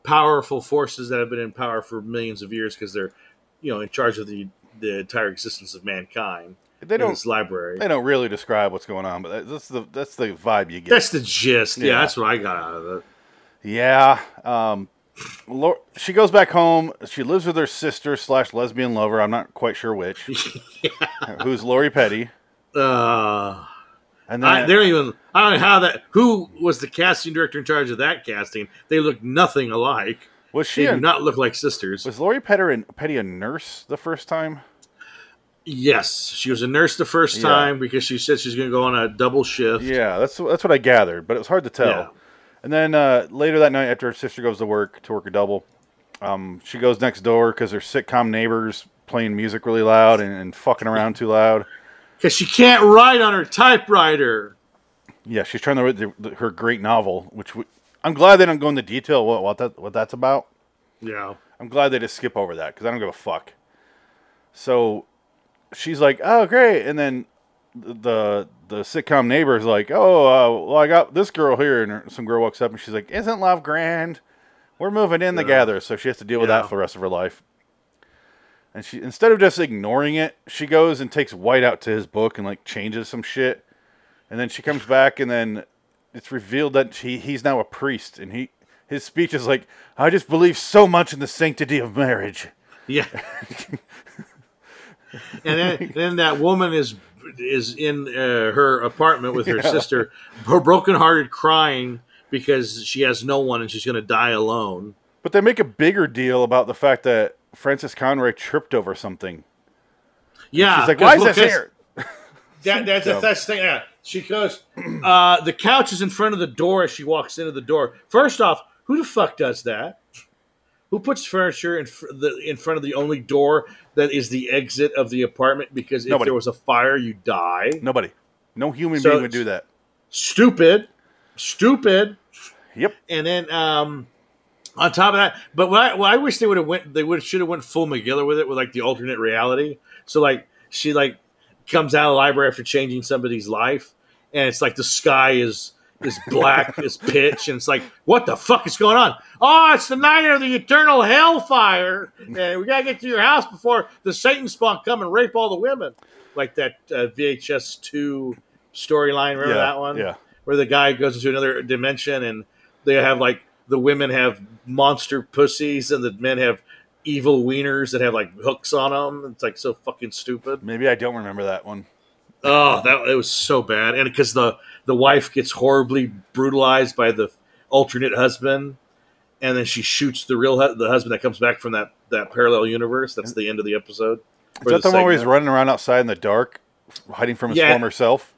[SPEAKER 2] powerful forces that have been in power for millions of years because they're you know in charge of the the entire existence of mankind.
[SPEAKER 1] They
[SPEAKER 2] in
[SPEAKER 1] don't-
[SPEAKER 2] this library.
[SPEAKER 1] They don't really describe what's going on, but that- that's the that's the vibe you get.
[SPEAKER 2] That's the gist. Yeah.
[SPEAKER 1] Yeah.
[SPEAKER 2] that's what I got out of it.
[SPEAKER 1] Yeah. Um, Lor- she goes back home. She lives with her sister slash lesbian lover. I'm not quite sure which. Who's Lori Petty?
[SPEAKER 2] Uh,
[SPEAKER 1] And then
[SPEAKER 2] I, they don't even. I don't know how that. Who was the casting director in charge of that casting? They look nothing alike.
[SPEAKER 1] was
[SPEAKER 2] They
[SPEAKER 1] she a,
[SPEAKER 2] do not look like sisters.
[SPEAKER 1] was Lori Petty, an, Petty a nurse the first time?
[SPEAKER 2] Yes, she was a nurse the first
[SPEAKER 1] Yeah.
[SPEAKER 2] time because she said she's going to go on a double shift.
[SPEAKER 1] Yeah, that's that's what I gathered, but it was hard to tell.
[SPEAKER 2] Yeah.
[SPEAKER 1] And then uh, later that night, after her sister goes to work to work a double, um, she goes next door because her sitcom neighbors playing music really loud and, and fucking around too loud.
[SPEAKER 2] Because she can't write on her typewriter.
[SPEAKER 1] Yeah, she's trying to write the, the, her great novel, which w- I'm glad they don't go into detail what what, that, what that's about.
[SPEAKER 2] Yeah.
[SPEAKER 1] I'm glad they just skip over that because I don't give a fuck. So she's like, "Oh, great," and then the the sitcom neighbor's like, "Oh, uh, well, I got this girl here," and her, some girl walks up and she's like, "Isn't love grand? We're moving in together." So she has to deal with
[SPEAKER 2] Yeah.
[SPEAKER 1] that for the rest of her life. And she instead of just ignoring it, she goes and takes White out to his book and like changes some shit, and then she comes back and then it's revealed that he he's now a priest and he his speech is like, "I just believe so much in the sanctity of marriage."
[SPEAKER 2] Yeah. and then, then that woman is is in uh, her apartment with her sister, her brokenhearted crying because she has no one and she's going to die alone.
[SPEAKER 1] But they make a bigger deal about the fact that Francis Conroy tripped over something.
[SPEAKER 2] Yeah.
[SPEAKER 1] He's like,
[SPEAKER 2] 'cause
[SPEAKER 1] why is
[SPEAKER 2] Uh, look,
[SPEAKER 1] this here?
[SPEAKER 2] That, that's
[SPEAKER 1] Dumb.
[SPEAKER 2] the first thing. Yeah. She goes, uh, the couch is in front of the door as she walks into the door. First off, who the fuck does that? Who puts furniture in, fr- the, in front of the only door that is the exit of the apartment? Because if
[SPEAKER 1] Nobody.
[SPEAKER 2] there was a fire, you die.
[SPEAKER 1] Nobody. No human
[SPEAKER 2] So
[SPEAKER 1] being would
[SPEAKER 2] it's-
[SPEAKER 1] do that.
[SPEAKER 2] Stupid. Stupid.
[SPEAKER 1] Yep.
[SPEAKER 2] And then um, on top of that, but what I, what I wish they would have went, they would should have went full McGiller with it with like the alternate reality. So like she like comes out of the library after changing somebody's life, and it's like the sky is is black, is pitch, and it's like what the fuck is going on? Oh, it's the night of the eternal hellfire, and we gotta get to your house before the Satan spawn come and rape all the women, like that uh, VHS two storyline. Remember
[SPEAKER 1] Yeah,
[SPEAKER 2] that one?
[SPEAKER 1] yeah.
[SPEAKER 2] where the guy goes into another dimension and they have like the women have monster pussies and the men have evil wieners that have like hooks on them. It's like so fucking stupid.
[SPEAKER 1] Maybe I don't remember that one.
[SPEAKER 2] Oh, that it was so bad. And because the the wife gets horribly brutalized by the alternate husband, and then she shoots the real hu- the husband that comes back from that that parallel universe. That's the end of the episode.
[SPEAKER 1] Is that the one where he's running around outside in the dark hiding from his
[SPEAKER 2] Yeah.
[SPEAKER 1] former self.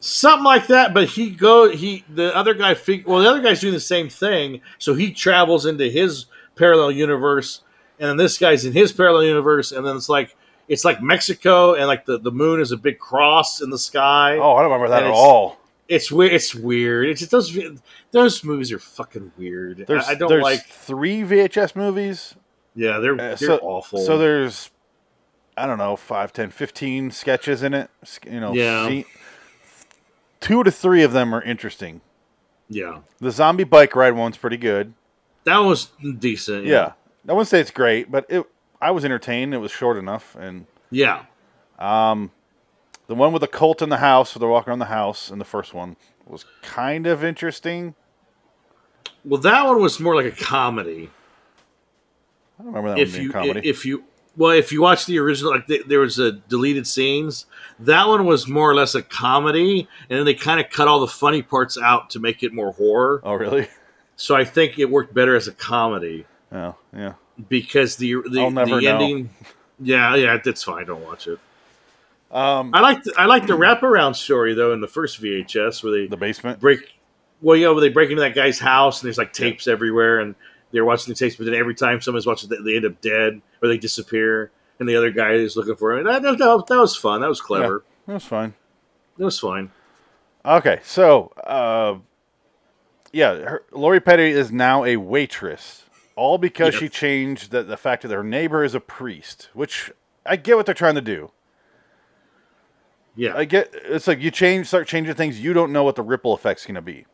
[SPEAKER 2] something like that. But he go he the other guy fig- well the other guy's doing the same thing, so he travels into his parallel universe, and then this guy's in his parallel universe, and then it's like it's like Mexico, and like the the moon is a big cross in the sky.
[SPEAKER 1] Oh, I don't remember that
[SPEAKER 2] And
[SPEAKER 1] at
[SPEAKER 2] it's-
[SPEAKER 1] all.
[SPEAKER 2] It's weird. It's weird. It's just those vi- those movies are fucking weird.
[SPEAKER 1] There's
[SPEAKER 2] I, I don't
[SPEAKER 1] there's
[SPEAKER 2] like.
[SPEAKER 1] three VHS movies.
[SPEAKER 2] Yeah, they're
[SPEAKER 1] Uh,
[SPEAKER 2] they're
[SPEAKER 1] so,
[SPEAKER 2] awful.
[SPEAKER 1] So there's I don't know, 5, 10, 15 sketches in it. Sk- You know,
[SPEAKER 2] Yeah.
[SPEAKER 1] scene- two to three of them are interesting.
[SPEAKER 2] yeah,
[SPEAKER 1] The zombie bike ride one's pretty good.
[SPEAKER 2] that was decent.
[SPEAKER 1] Yeah. I wouldn't say it's great, but it I was entertained. It was short enough and
[SPEAKER 2] yeah,
[SPEAKER 1] The one with the cult in the house, so they're walking around the house, and the first one was kind of interesting.
[SPEAKER 2] Well, that one was more like a comedy.
[SPEAKER 1] I don't remember that one
[SPEAKER 2] if
[SPEAKER 1] being
[SPEAKER 2] you
[SPEAKER 1] a comedy.
[SPEAKER 2] if you well if you watch the original like th- there was a deleted scenes that one was more or less a comedy and then they kind of cut all the funny parts out to make it more horror
[SPEAKER 1] oh, really?
[SPEAKER 2] so i think it worked better as a comedy
[SPEAKER 1] Oh, yeah.
[SPEAKER 2] because the the,
[SPEAKER 1] I'll never
[SPEAKER 2] the
[SPEAKER 1] know.
[SPEAKER 2] ending yeah yeah that's fine don't watch it
[SPEAKER 1] Um,
[SPEAKER 2] i like the, i like the wraparound story though in the first vhs where they
[SPEAKER 1] the basement.
[SPEAKER 2] break well you know they break into that guy's house and there's like tapes everywhere and they're watching the tapes but then every time someone's watching they- they end up dead or they disappear and the other guy is looking for him that, that, that, that was fun that was clever
[SPEAKER 1] That was fine.
[SPEAKER 2] that was fun
[SPEAKER 1] Okay, so uh, yeah, her, Lori Petty is now a waitress, all because
[SPEAKER 2] Yes.
[SPEAKER 1] she changed the, the fact that her neighbor is a priest, which I get what they're trying to do.
[SPEAKER 2] yeah
[SPEAKER 1] I get it's like you change, start changing things, you don't know what the ripple effect's going to be.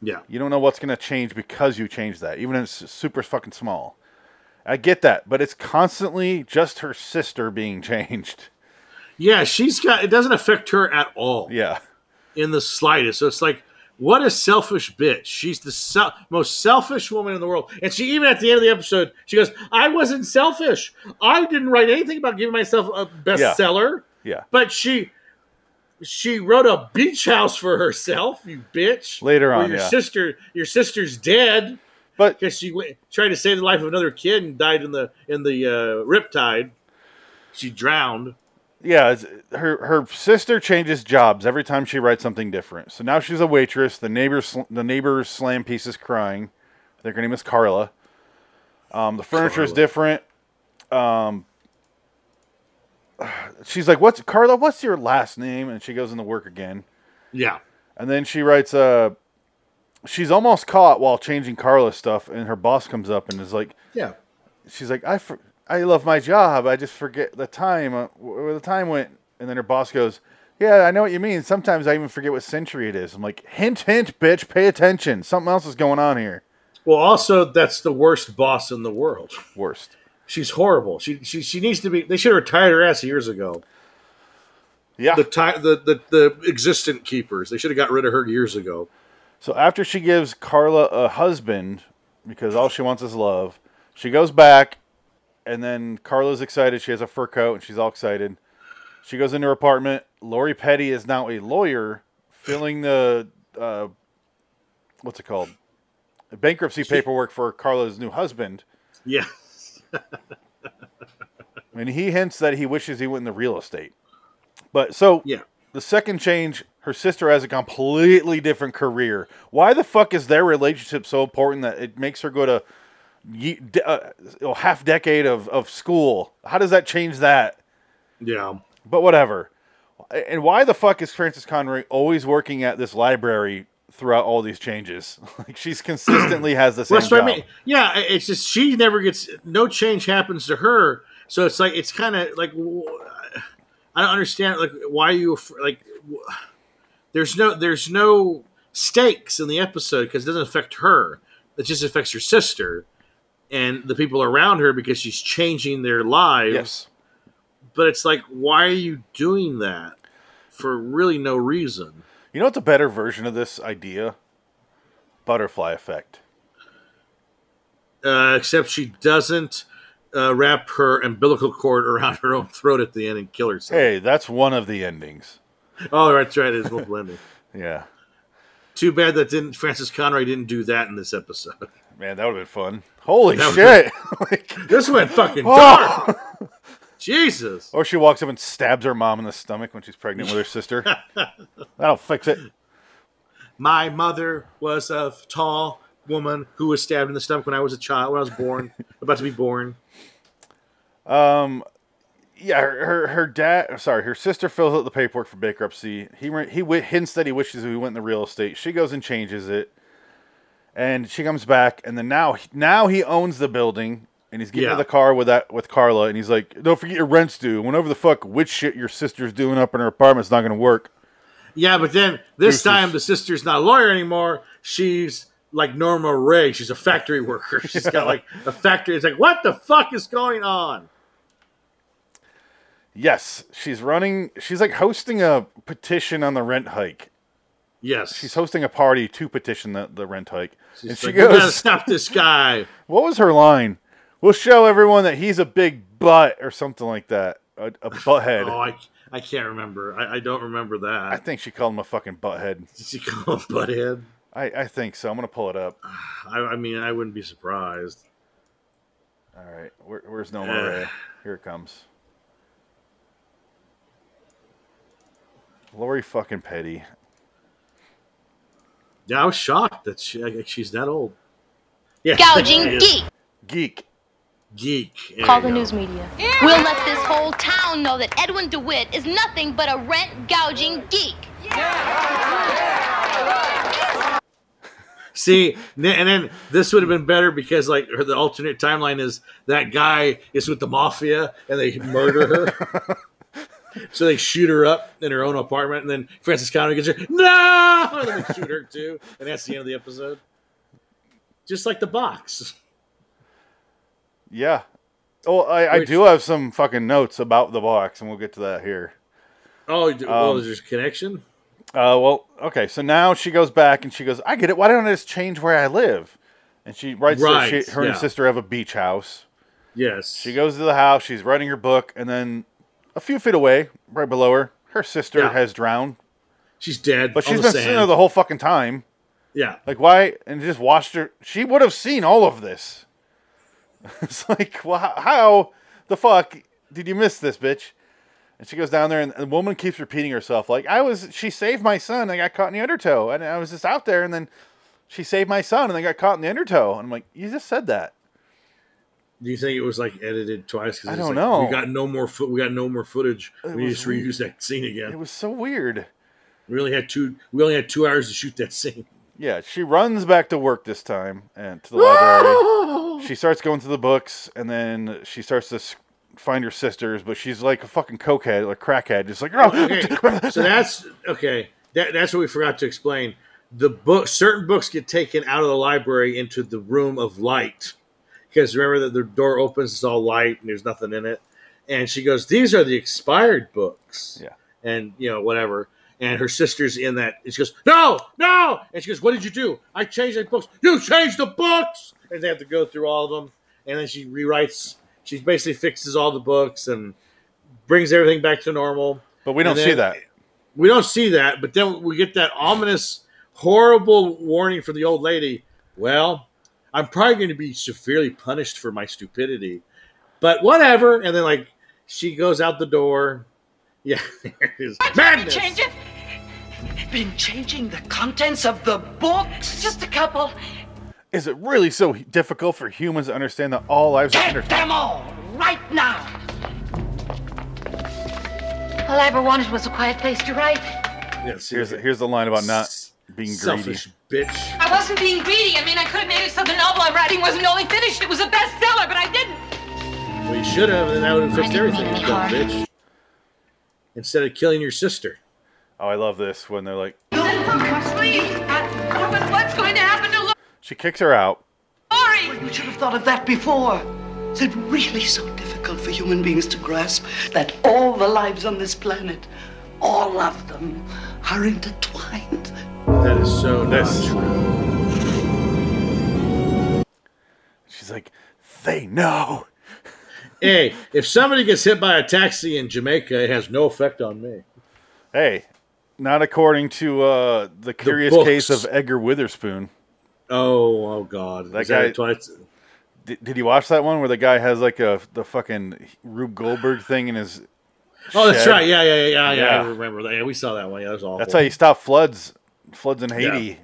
[SPEAKER 2] yeah
[SPEAKER 1] You don't know what's going to change because you change that, even if it's super fucking small. I get that, but it's constantly just her sister being changed.
[SPEAKER 2] yeah she's got it doesn't affect her at all
[SPEAKER 1] Yeah.
[SPEAKER 2] in the slightest so it's like what a selfish bitch she's the sel- most selfish woman in the world and she even at the end of the episode she goes i wasn't selfish i didn't write anything about giving myself a bestseller
[SPEAKER 1] Yeah.
[SPEAKER 2] But she she wrote a beach house for herself, you bitch.
[SPEAKER 1] Later
[SPEAKER 2] Where
[SPEAKER 1] on,
[SPEAKER 2] your
[SPEAKER 1] yeah.
[SPEAKER 2] sister your sister's dead
[SPEAKER 1] But
[SPEAKER 2] because she went, tried to save the life of another kid and died in the in the uh, riptide. She drowned.
[SPEAKER 1] yeah, it's, her her sister changes jobs every time she writes something different. So now she's a waitress. The neighbor sl- the neighbor slam piece is crying. I think her name is Carla. Um, the furniture is
[SPEAKER 2] Carla.
[SPEAKER 1] different. Um, she's like, "What's Carla? What's your last name?" And she goes into work again.
[SPEAKER 2] Yeah,
[SPEAKER 1] And then she writes, uh, she's almost caught while changing Carla's stuff, and her boss comes up and is like,
[SPEAKER 2] yeah.
[SPEAKER 1] she's like, I, for- I love my job. I just forget the time, uh, where the time went. And then her boss goes, Yeah, I know what you mean. Sometimes I even forget what century it is. I'm like, Hint, hint, bitch, pay attention. Something else is going on here.
[SPEAKER 2] Well, also that's the worst boss in the world.
[SPEAKER 1] Worst.
[SPEAKER 2] She's horrible. She she she needs to be. They should have retired her ass years ago.
[SPEAKER 1] Yeah.
[SPEAKER 2] The ti the, the the existent keepers. They should have got rid of her years ago.
[SPEAKER 1] So after she gives Carla a husband, because all she wants is love, she goes back, and then Carla's excited. She has a fur coat and she's all excited. She goes into her apartment. Lori Petty is now a lawyer, filling the uh, what's it called bankruptcy paperwork for Carla's new husband,
[SPEAKER 2] Yeah.
[SPEAKER 1] and he hints that he wishes he went into real estate. But so
[SPEAKER 2] Yeah.
[SPEAKER 1] the second change, her sister has a completely different career. Why the fuck is their relationship so important that it makes her go to ye- de- uh, oh, half decade of, of school? How does that change that?
[SPEAKER 2] Yeah.
[SPEAKER 1] But whatever. And why the fuck is Frances Conroy always working at this library throughout all these changes? Like she's consistently has the same
[SPEAKER 2] Well, that's what I
[SPEAKER 1] job.
[SPEAKER 2] mean. Yeah, i- it's just she never gets no change happens to her, so it's like it's kind of like w- I don't understand like why you af- like w- there's no there's no stakes in the episode because it doesn't affect her. It just affects her sister and the people around her because she's changing their lives.
[SPEAKER 1] Yes.
[SPEAKER 2] But it's like why are you doing that for really no reason?
[SPEAKER 1] You know what's a better version of this idea? Butterfly effect.
[SPEAKER 2] uh, except she doesn't uh, wrap her umbilical cord around her own throat at the end and kill herself.
[SPEAKER 1] Hey, that's one of the endings.
[SPEAKER 2] Oh, that's right. It's multiple ending.
[SPEAKER 1] Yeah.
[SPEAKER 2] Too bad that didn't Francis Conroy didn't do that in this episode.
[SPEAKER 1] Man, that would have been fun. Holy
[SPEAKER 2] That
[SPEAKER 1] shit.
[SPEAKER 2] would've
[SPEAKER 1] like,
[SPEAKER 2] This went fucking dark.
[SPEAKER 1] oh!
[SPEAKER 2] Jesus.
[SPEAKER 1] Or she walks up and stabs her mom in the stomach when she's pregnant with her sister. That'll fix it.
[SPEAKER 2] My mother was a tall woman who was stabbed in the stomach when I was a child, when I was born, about to be born.
[SPEAKER 1] Yeah, her her, her dad. Sorry, her sister fills out the paperwork for bankruptcy. He re- he wi- hints that he wishes he went in the real estate. She goes and changes it, and she comes back, and then now now he owns the building, and he's getting out
[SPEAKER 2] Yeah.
[SPEAKER 1] of the car with that with Carla, and he's like, "Don't forget your rent's due. Whenever the fuck which shit your sister's doing up in her apartment's not gonna work."
[SPEAKER 2] Yeah, but then this
[SPEAKER 1] Deuces.
[SPEAKER 2] time the sister's not a lawyer anymore. She's like Norma Ray. She's a factory worker. She's got like a factory. It's like, what the fuck is going on?
[SPEAKER 1] Yes, she's running. She's like hosting a petition on the rent hike.
[SPEAKER 2] Yes.
[SPEAKER 1] She's hosting a party to petition the, the rent hike,
[SPEAKER 2] She's
[SPEAKER 1] and she
[SPEAKER 2] like, We gotta
[SPEAKER 1] goes,
[SPEAKER 2] stop this guy.
[SPEAKER 1] What was her line? We'll show everyone that he's a big butt or something like that. A, a butthead.
[SPEAKER 2] Oh, I, I can't remember. I, I don't remember
[SPEAKER 1] I
[SPEAKER 2] that.
[SPEAKER 1] think she called him a fucking butthead.
[SPEAKER 2] Did she call him butthead?
[SPEAKER 1] I, I think so. I'm going to pull it up.
[SPEAKER 2] I, I mean, I wouldn't be surprised.
[SPEAKER 1] All right. Where, where's Noma Ray? Here it comes. Lori fucking Petty.
[SPEAKER 2] Yeah, I was shocked that she, like, she's that old. Yeah,
[SPEAKER 6] Gouging geek.
[SPEAKER 1] Geek.
[SPEAKER 2] geek. There
[SPEAKER 6] Call
[SPEAKER 2] you
[SPEAKER 6] the
[SPEAKER 2] go.
[SPEAKER 6] news media. We'll let this whole town know that Edwin DeWitt is nothing but a rent gouging geek.
[SPEAKER 2] See, n- and then this would have been better because like her, the alternate timeline is that guy is with the mafia and they murder her. so they shoot her up in her own apartment, and then Francis Connery gets her. No, and then they shoot her too, and that's the end of the episode. Just like the box.
[SPEAKER 1] Yeah. Oh, I, I
[SPEAKER 2] Which-
[SPEAKER 1] do have some fucking notes about the box, and we'll get to that here.
[SPEAKER 2] Oh, d- well,
[SPEAKER 1] Um,
[SPEAKER 2] there's a connection.
[SPEAKER 1] Uh, well, okay. So now she goes back and she goes, I get it. Why don't I just change where I live? And she writes that
[SPEAKER 2] Right,
[SPEAKER 1] she, her and
[SPEAKER 2] yeah.
[SPEAKER 1] sister have a beach house.
[SPEAKER 2] Yes,
[SPEAKER 1] She goes to the house. She's writing her book, and then a few feet away, right below her, her sister
[SPEAKER 2] Yeah.
[SPEAKER 1] has drowned.
[SPEAKER 2] she's dead.
[SPEAKER 1] But
[SPEAKER 2] on
[SPEAKER 1] she's
[SPEAKER 2] the
[SPEAKER 1] been
[SPEAKER 2] sand.
[SPEAKER 1] sitting there the whole fucking time.
[SPEAKER 2] yeah.
[SPEAKER 1] Like, why? And just watched her. She would have seen all of this. it's like, wha- how the fuck did you miss this, bitch? And she goes down there, and the woman keeps repeating herself, like, I was, she saved my son. I got caught in the undertow. And I was just out there, and then she saved my son, and I got caught in the undertow. And I'm like, you just said that.
[SPEAKER 2] Do you think it was like edited twice? 'Cause
[SPEAKER 1] I
[SPEAKER 2] it's
[SPEAKER 1] don't
[SPEAKER 2] like,
[SPEAKER 1] know.
[SPEAKER 2] We got no more. Fo- we got no more footage. we
[SPEAKER 1] was
[SPEAKER 2] just
[SPEAKER 1] weird.
[SPEAKER 2] reused that scene again.
[SPEAKER 1] It was so weird.
[SPEAKER 2] We only had two. We only had two hours to shoot that scene.
[SPEAKER 1] Yeah, she runs back to work this time and to the library. She starts going through the books, and then she starts to s- find her sisters, but she's like a fucking cokehead, like crackhead, just like oh.
[SPEAKER 2] Okay, so that's okay. That, that's what we forgot to explain. The book, certain books get taken out of the library into the room of light, because remember that the door opens, it's all light, and there's nothing in it. And she goes, "These are the expired books."
[SPEAKER 1] Yeah.
[SPEAKER 2] and you know whatever. And her sister's in that. And she goes, "No, no!" And she goes, "What did you do? I changed the books. You changed the books!" And they have to go through all of them. And then she rewrites. She basically fixes all the books and brings everything back to normal.
[SPEAKER 1] but we don't
[SPEAKER 2] And then-
[SPEAKER 1] see that.
[SPEAKER 2] We don't see that, but then we get that ominous, horrible warning from the old lady. Well, I'm probably going to be severely punished for my stupidity, but whatever. And then, like, she goes out the door. Yeah, there it is. Madness.
[SPEAKER 7] Change it? Been changing the contents of the books? Just a couple.
[SPEAKER 1] Is it really so h- difficult for humans to understand that all lives are
[SPEAKER 7] Get
[SPEAKER 1] intertwined?
[SPEAKER 7] them all right now.
[SPEAKER 8] All I ever wanted was a quiet place to write.
[SPEAKER 2] Yeah, see,
[SPEAKER 1] Here's
[SPEAKER 2] look at-
[SPEAKER 1] here's the line about not being greedy.
[SPEAKER 2] selfish bitch.
[SPEAKER 8] I wasn't being greedy. I mean, I could have made it so the novel I'm writing wasn't only finished. It was a bestseller, but I didn't.
[SPEAKER 2] Well, you should have, and that would have fixed
[SPEAKER 8] didn't
[SPEAKER 2] everything,
[SPEAKER 8] mean
[SPEAKER 2] you
[SPEAKER 8] any
[SPEAKER 2] dumb
[SPEAKER 8] harm.
[SPEAKER 2] bitch. Instead of killing your sister.
[SPEAKER 1] Oh, I love this when they're like,
[SPEAKER 8] Please, I, was what's going to happen to
[SPEAKER 1] she kicks her out.
[SPEAKER 8] Lori?
[SPEAKER 7] You should have thought of that before. Is it really so difficult for human beings to grasp that all the lives on this planet, all of them, are intertwined?
[SPEAKER 2] That is so
[SPEAKER 1] This.
[SPEAKER 2] not true.
[SPEAKER 1] She's like, they know.
[SPEAKER 2] Hey, if somebody gets hit by a taxi in Jamaica, it has no effect on me.
[SPEAKER 1] Hey, not according to uh, the curious case
[SPEAKER 2] books.
[SPEAKER 1] of Edgar Witherspoon.
[SPEAKER 2] Oh, oh God!
[SPEAKER 1] That
[SPEAKER 2] Is that
[SPEAKER 1] guy-
[SPEAKER 2] a Twilight-
[SPEAKER 1] Did, did you watch that one where the guy has like a the fucking Rube Goldberg thing in his?
[SPEAKER 2] Oh, that's
[SPEAKER 1] shed?
[SPEAKER 2] right. Yeah, yeah, yeah, yeah, yeah. I
[SPEAKER 1] Yeah.
[SPEAKER 2] remember that. Yeah, we saw that one. Yeah, that was awful.
[SPEAKER 1] That's how you stop floods. Floods in Haiti.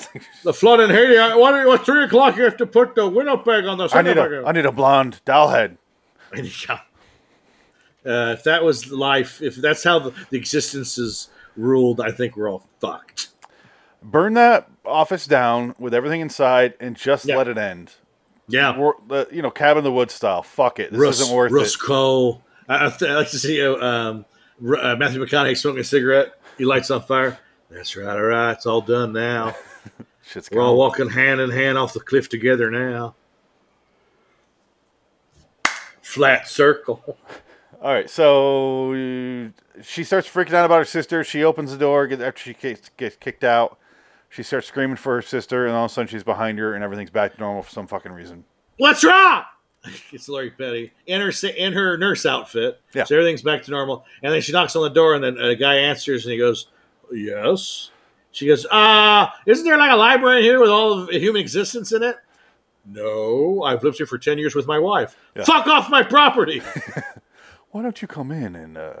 [SPEAKER 2] the flood in Haiti. I- Why? do- Why three o'clock? You have to put the Winnipeg on the.
[SPEAKER 1] I need a I need a blonde doll head.
[SPEAKER 2] Anyhow, uh, if that was life, if that's how the, the existence is ruled, I think we're all fucked.
[SPEAKER 1] Burn that office down with everything inside and just
[SPEAKER 2] Yeah.
[SPEAKER 1] let it end.
[SPEAKER 2] Yeah,
[SPEAKER 1] We're, the, you know, cabin in the woods style. Fuck it. This
[SPEAKER 2] Rus-
[SPEAKER 1] isn't worth it.
[SPEAKER 2] Rusco. I, I, th- I like to see uh, um, R- uh, Matthew McConaughey smoking a cigarette. He lights on fire. That's right. All right, it's all done now.
[SPEAKER 1] Shit's
[SPEAKER 2] We're all
[SPEAKER 1] gone.
[SPEAKER 2] walking hand in hand off the cliff together now. Flat circle.
[SPEAKER 1] All right, so uh, she starts freaking out about her sister. She opens the door get, after she gets, gets kicked out. She starts screaming for her sister, and all of a sudden she's behind her, and everything's back to normal for some fucking reason.
[SPEAKER 2] What's wrong? It's Lori Petty in her sa- in her nurse outfit.
[SPEAKER 1] Yeah.
[SPEAKER 2] So everything's back to normal. And then she knocks on the door, and then a guy answers, and he goes, "Yes." She goes, "Uh, isn't there like a library in here with all of human existence in it?" No, I've lived here for ten years with my wife.
[SPEAKER 1] Yeah.
[SPEAKER 2] Fuck off my property.
[SPEAKER 1] Why don't you come in and uh,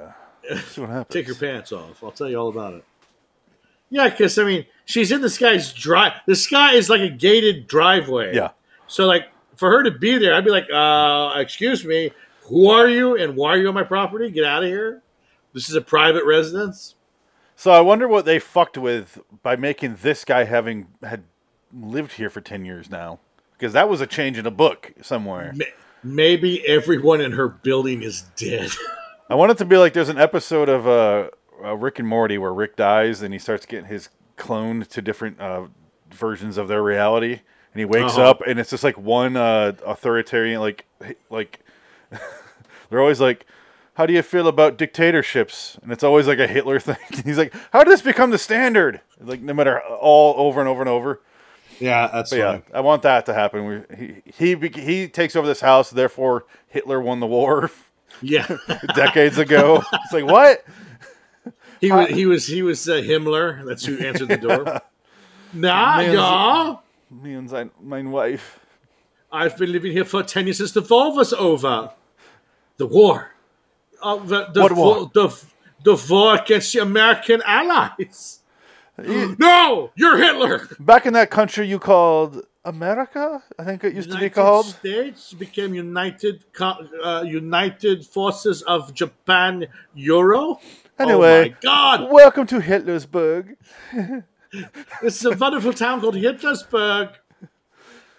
[SPEAKER 1] see what happens?
[SPEAKER 2] Take your pants off. I'll tell you all about it. Yeah, because I mean, she's in this guy's drive. This guy is like a gated driveway.
[SPEAKER 1] Yeah,
[SPEAKER 2] So like for her to be there, I'd be like, uh, excuse me, who are you and why are you on my property? Get out of here. This is a private residence.
[SPEAKER 1] So I wonder what they fucked with by making this guy having had lived here for ten years now, because that was a change in a book somewhere.
[SPEAKER 2] Ma- Maybe everyone in her building is dead.
[SPEAKER 1] I want it to be like there's an episode of uh, uh, Rick and Morty where Rick dies and he starts getting his cloned to different uh, versions of their reality, and he wakes
[SPEAKER 2] Uh-huh.
[SPEAKER 1] up and it's just like one uh, authoritarian, like h- like they're always like. How do you feel about dictatorships? And it's always like a Hitler thing. He's like, "How did this become the standard?" Like no matter all over and over and over.
[SPEAKER 2] yeah, that's
[SPEAKER 1] But yeah, I want that to happen. We, he he bec- he takes over this house, therefore Hitler won the war
[SPEAKER 2] Yeah,
[SPEAKER 1] decades ago. it's like what?
[SPEAKER 2] he was he was he was uh, Himmler. That's who answered the door. Nah,
[SPEAKER 1] Man's-
[SPEAKER 2] y'all.
[SPEAKER 1] Me and sein- mein wife.
[SPEAKER 2] I've been living here for ten years since the war was over. The war. Uh, the, the,
[SPEAKER 1] What war?
[SPEAKER 2] vo- The, the war against the American allies. no, you're Hitler.
[SPEAKER 1] Back in that country you called America, I think it used to be
[SPEAKER 2] United
[SPEAKER 1] called.
[SPEAKER 2] States became United Co- uh, United Forces of Japan Euro.
[SPEAKER 1] Anyway.
[SPEAKER 2] oh my God,
[SPEAKER 1] Welcome to Hitlersburg.
[SPEAKER 2] this is a wonderful town called Hitlersburg.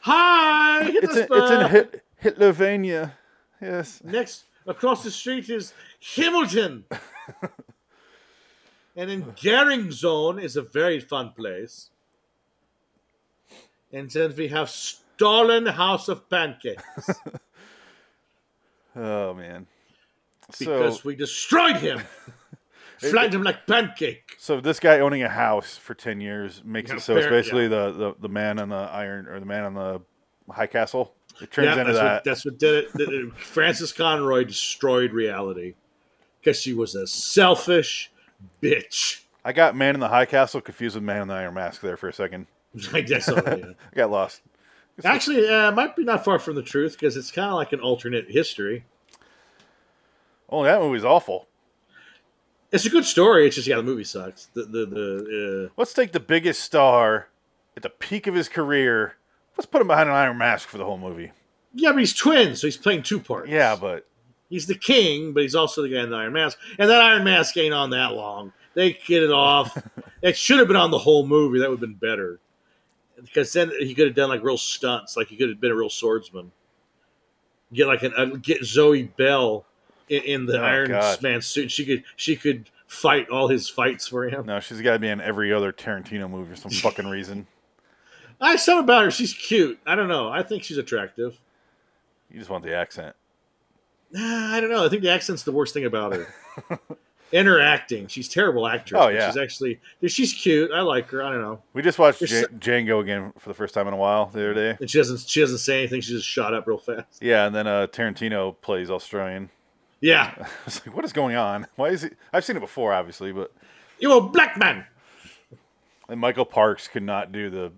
[SPEAKER 2] Hi, Hitlersburg.
[SPEAKER 1] It's in, it's in Hit- Hitlervania. Yes.
[SPEAKER 2] Next across the street is Hamilton. and then Geringzone is a very fun place. And then we have Stalin House of Pancakes
[SPEAKER 1] Oh man. So
[SPEAKER 2] because we destroyed him, flattened him like pancake.
[SPEAKER 1] so this guy owning a house for ten years makes
[SPEAKER 2] Yeah,
[SPEAKER 1] it so it's
[SPEAKER 2] fair- yeah.
[SPEAKER 1] basically the, the the man on the iron or the man on the high castle. It turns into
[SPEAKER 2] that's
[SPEAKER 1] that.
[SPEAKER 2] What, that's what did it. did it. Frances Conroy destroyed reality because she was a selfish bitch.
[SPEAKER 1] I got Man in the High Castle confused with Man in the Iron Mask there for a second.
[SPEAKER 2] I guess. so, yeah.
[SPEAKER 1] I got lost.
[SPEAKER 2] Actually, uh, might be not far from the truth because it's kind of like an alternate history.
[SPEAKER 1] Oh, that movie's awful.
[SPEAKER 2] It's a good story. It's just yeah, the movie sucks. The the the uh,
[SPEAKER 1] Let's take the biggest star at the peak of his career. Let's put him behind an iron mask for the whole movie.
[SPEAKER 2] uh, yeah, but he's twins, so he's playing two parts.
[SPEAKER 1] Yeah, but
[SPEAKER 2] he's the king, but he's also the guy in the Iron Mask, and that Iron Mask ain't on that long. They get it off. it should have been on the whole movie. That would have been better because then he could have done like real stunts, like he could have been a real swordsman. Get like an uh, get Zoe Bell in, in the
[SPEAKER 1] Oh,
[SPEAKER 2] Iron
[SPEAKER 1] God.
[SPEAKER 2] Man suit. She could she could fight all his fights for him.
[SPEAKER 1] no, she's got to be in every other Tarantino movie for some fucking reason.
[SPEAKER 2] I something about her. She's cute. I don't know. I think she's attractive.
[SPEAKER 1] You just want the accent.
[SPEAKER 2] Nah, I don't know. I think the accent's the worst thing about her. and her acting. She's a terrible actress.
[SPEAKER 1] Oh,
[SPEAKER 2] but
[SPEAKER 1] yeah.
[SPEAKER 2] She's actually, she's cute. I like her. I don't know.
[SPEAKER 1] We just watched
[SPEAKER 2] There's
[SPEAKER 1] J-
[SPEAKER 2] so-
[SPEAKER 1] Django again for the first time in a while the other day.
[SPEAKER 2] And she doesn't, she doesn't say anything. She just shot up real fast.
[SPEAKER 1] Yeah, and then uh, Tarantino plays Australian.
[SPEAKER 2] Yeah.
[SPEAKER 1] I was like, what is going on? Why is he? I've seen it before, obviously, but
[SPEAKER 2] You a black man.
[SPEAKER 1] and Michael Parks could not do the.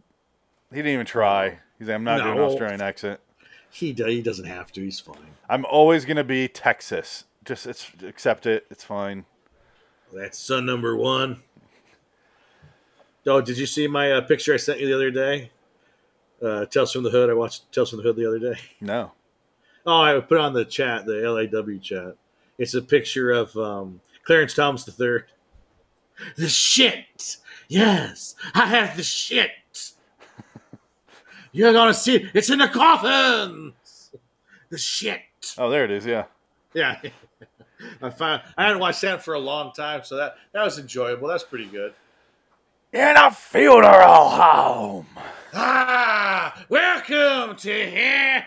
[SPEAKER 1] He didn't even try. He's like, I'm not doing an
[SPEAKER 2] No.
[SPEAKER 1] Australian accent.
[SPEAKER 2] He do- he doesn't have to. He's fine.
[SPEAKER 1] I'm always gonna be Texas. Just it's accept it. It's fine.
[SPEAKER 2] That's son number one. Oh, did you see my uh, picture I sent you the other day? Uh, Tales from the Hood. I watched Tales from the Hood the other day.
[SPEAKER 1] No.
[SPEAKER 2] Oh, I put on the chat, the LAW chat. It's a picture of um, Clarence Thomas III. The shit. Yes, I have the shit. You're gonna see it. It's in the coffin. The shit.
[SPEAKER 1] Oh, there it is. Yeah.
[SPEAKER 2] Yeah. I found I hadn't watched that for a long time, so that that was enjoyable. That's pretty good.
[SPEAKER 1] In a funeral home.
[SPEAKER 2] Ah, welcome to here.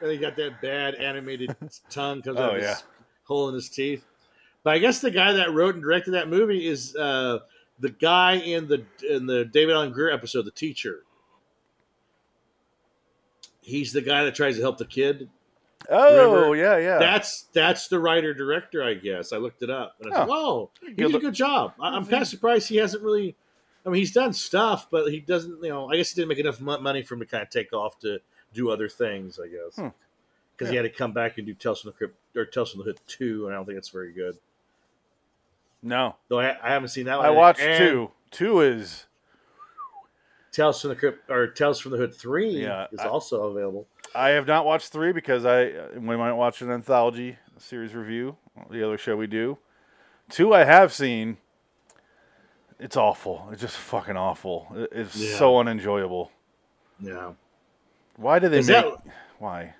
[SPEAKER 2] and he got that bad animated tongue comes out
[SPEAKER 1] Oh,
[SPEAKER 2] of
[SPEAKER 1] yeah.
[SPEAKER 2] his hole in his teeth. But I guess the guy that wrote and directed that movie is uh, the guy in the in the David Allen Greer episode, the teacher. He's the guy that tries to help the kid.
[SPEAKER 1] Oh
[SPEAKER 2] Remember?
[SPEAKER 1] yeah, yeah.
[SPEAKER 2] That's that's the writer director, I guess. I looked it up and I was like, "Whoa, he
[SPEAKER 1] Good
[SPEAKER 2] did a
[SPEAKER 1] look-
[SPEAKER 2] good job." I,
[SPEAKER 1] Mhm.
[SPEAKER 2] I'm kind of surprised he hasn't really. I mean, he's done stuff, but he doesn't. You know, I guess he didn't make enough mon- money for him to kind of take off to do other things. I guess
[SPEAKER 1] Hmm.
[SPEAKER 2] because he had to come back and do Tales from the Crypt or Tales from the Hood two, and I don't think that's very good.
[SPEAKER 1] no.
[SPEAKER 2] Though I, I haven't seen that. one.
[SPEAKER 1] I watched
[SPEAKER 2] Oh, And
[SPEAKER 1] two. Two is
[SPEAKER 2] Tales from the Crypt or Tales from the Hood three
[SPEAKER 1] Yeah,
[SPEAKER 2] is
[SPEAKER 1] I-
[SPEAKER 2] also available.
[SPEAKER 1] I have not watched three because I we might watch an anthology series review, the other show we do. Two I have seen. It's awful. It's just fucking awful. It- It's
[SPEAKER 2] Yeah.
[SPEAKER 1] so unenjoyable.
[SPEAKER 2] Yeah.
[SPEAKER 1] Why do they
[SPEAKER 2] Is
[SPEAKER 1] make?
[SPEAKER 2] that-
[SPEAKER 1] Why?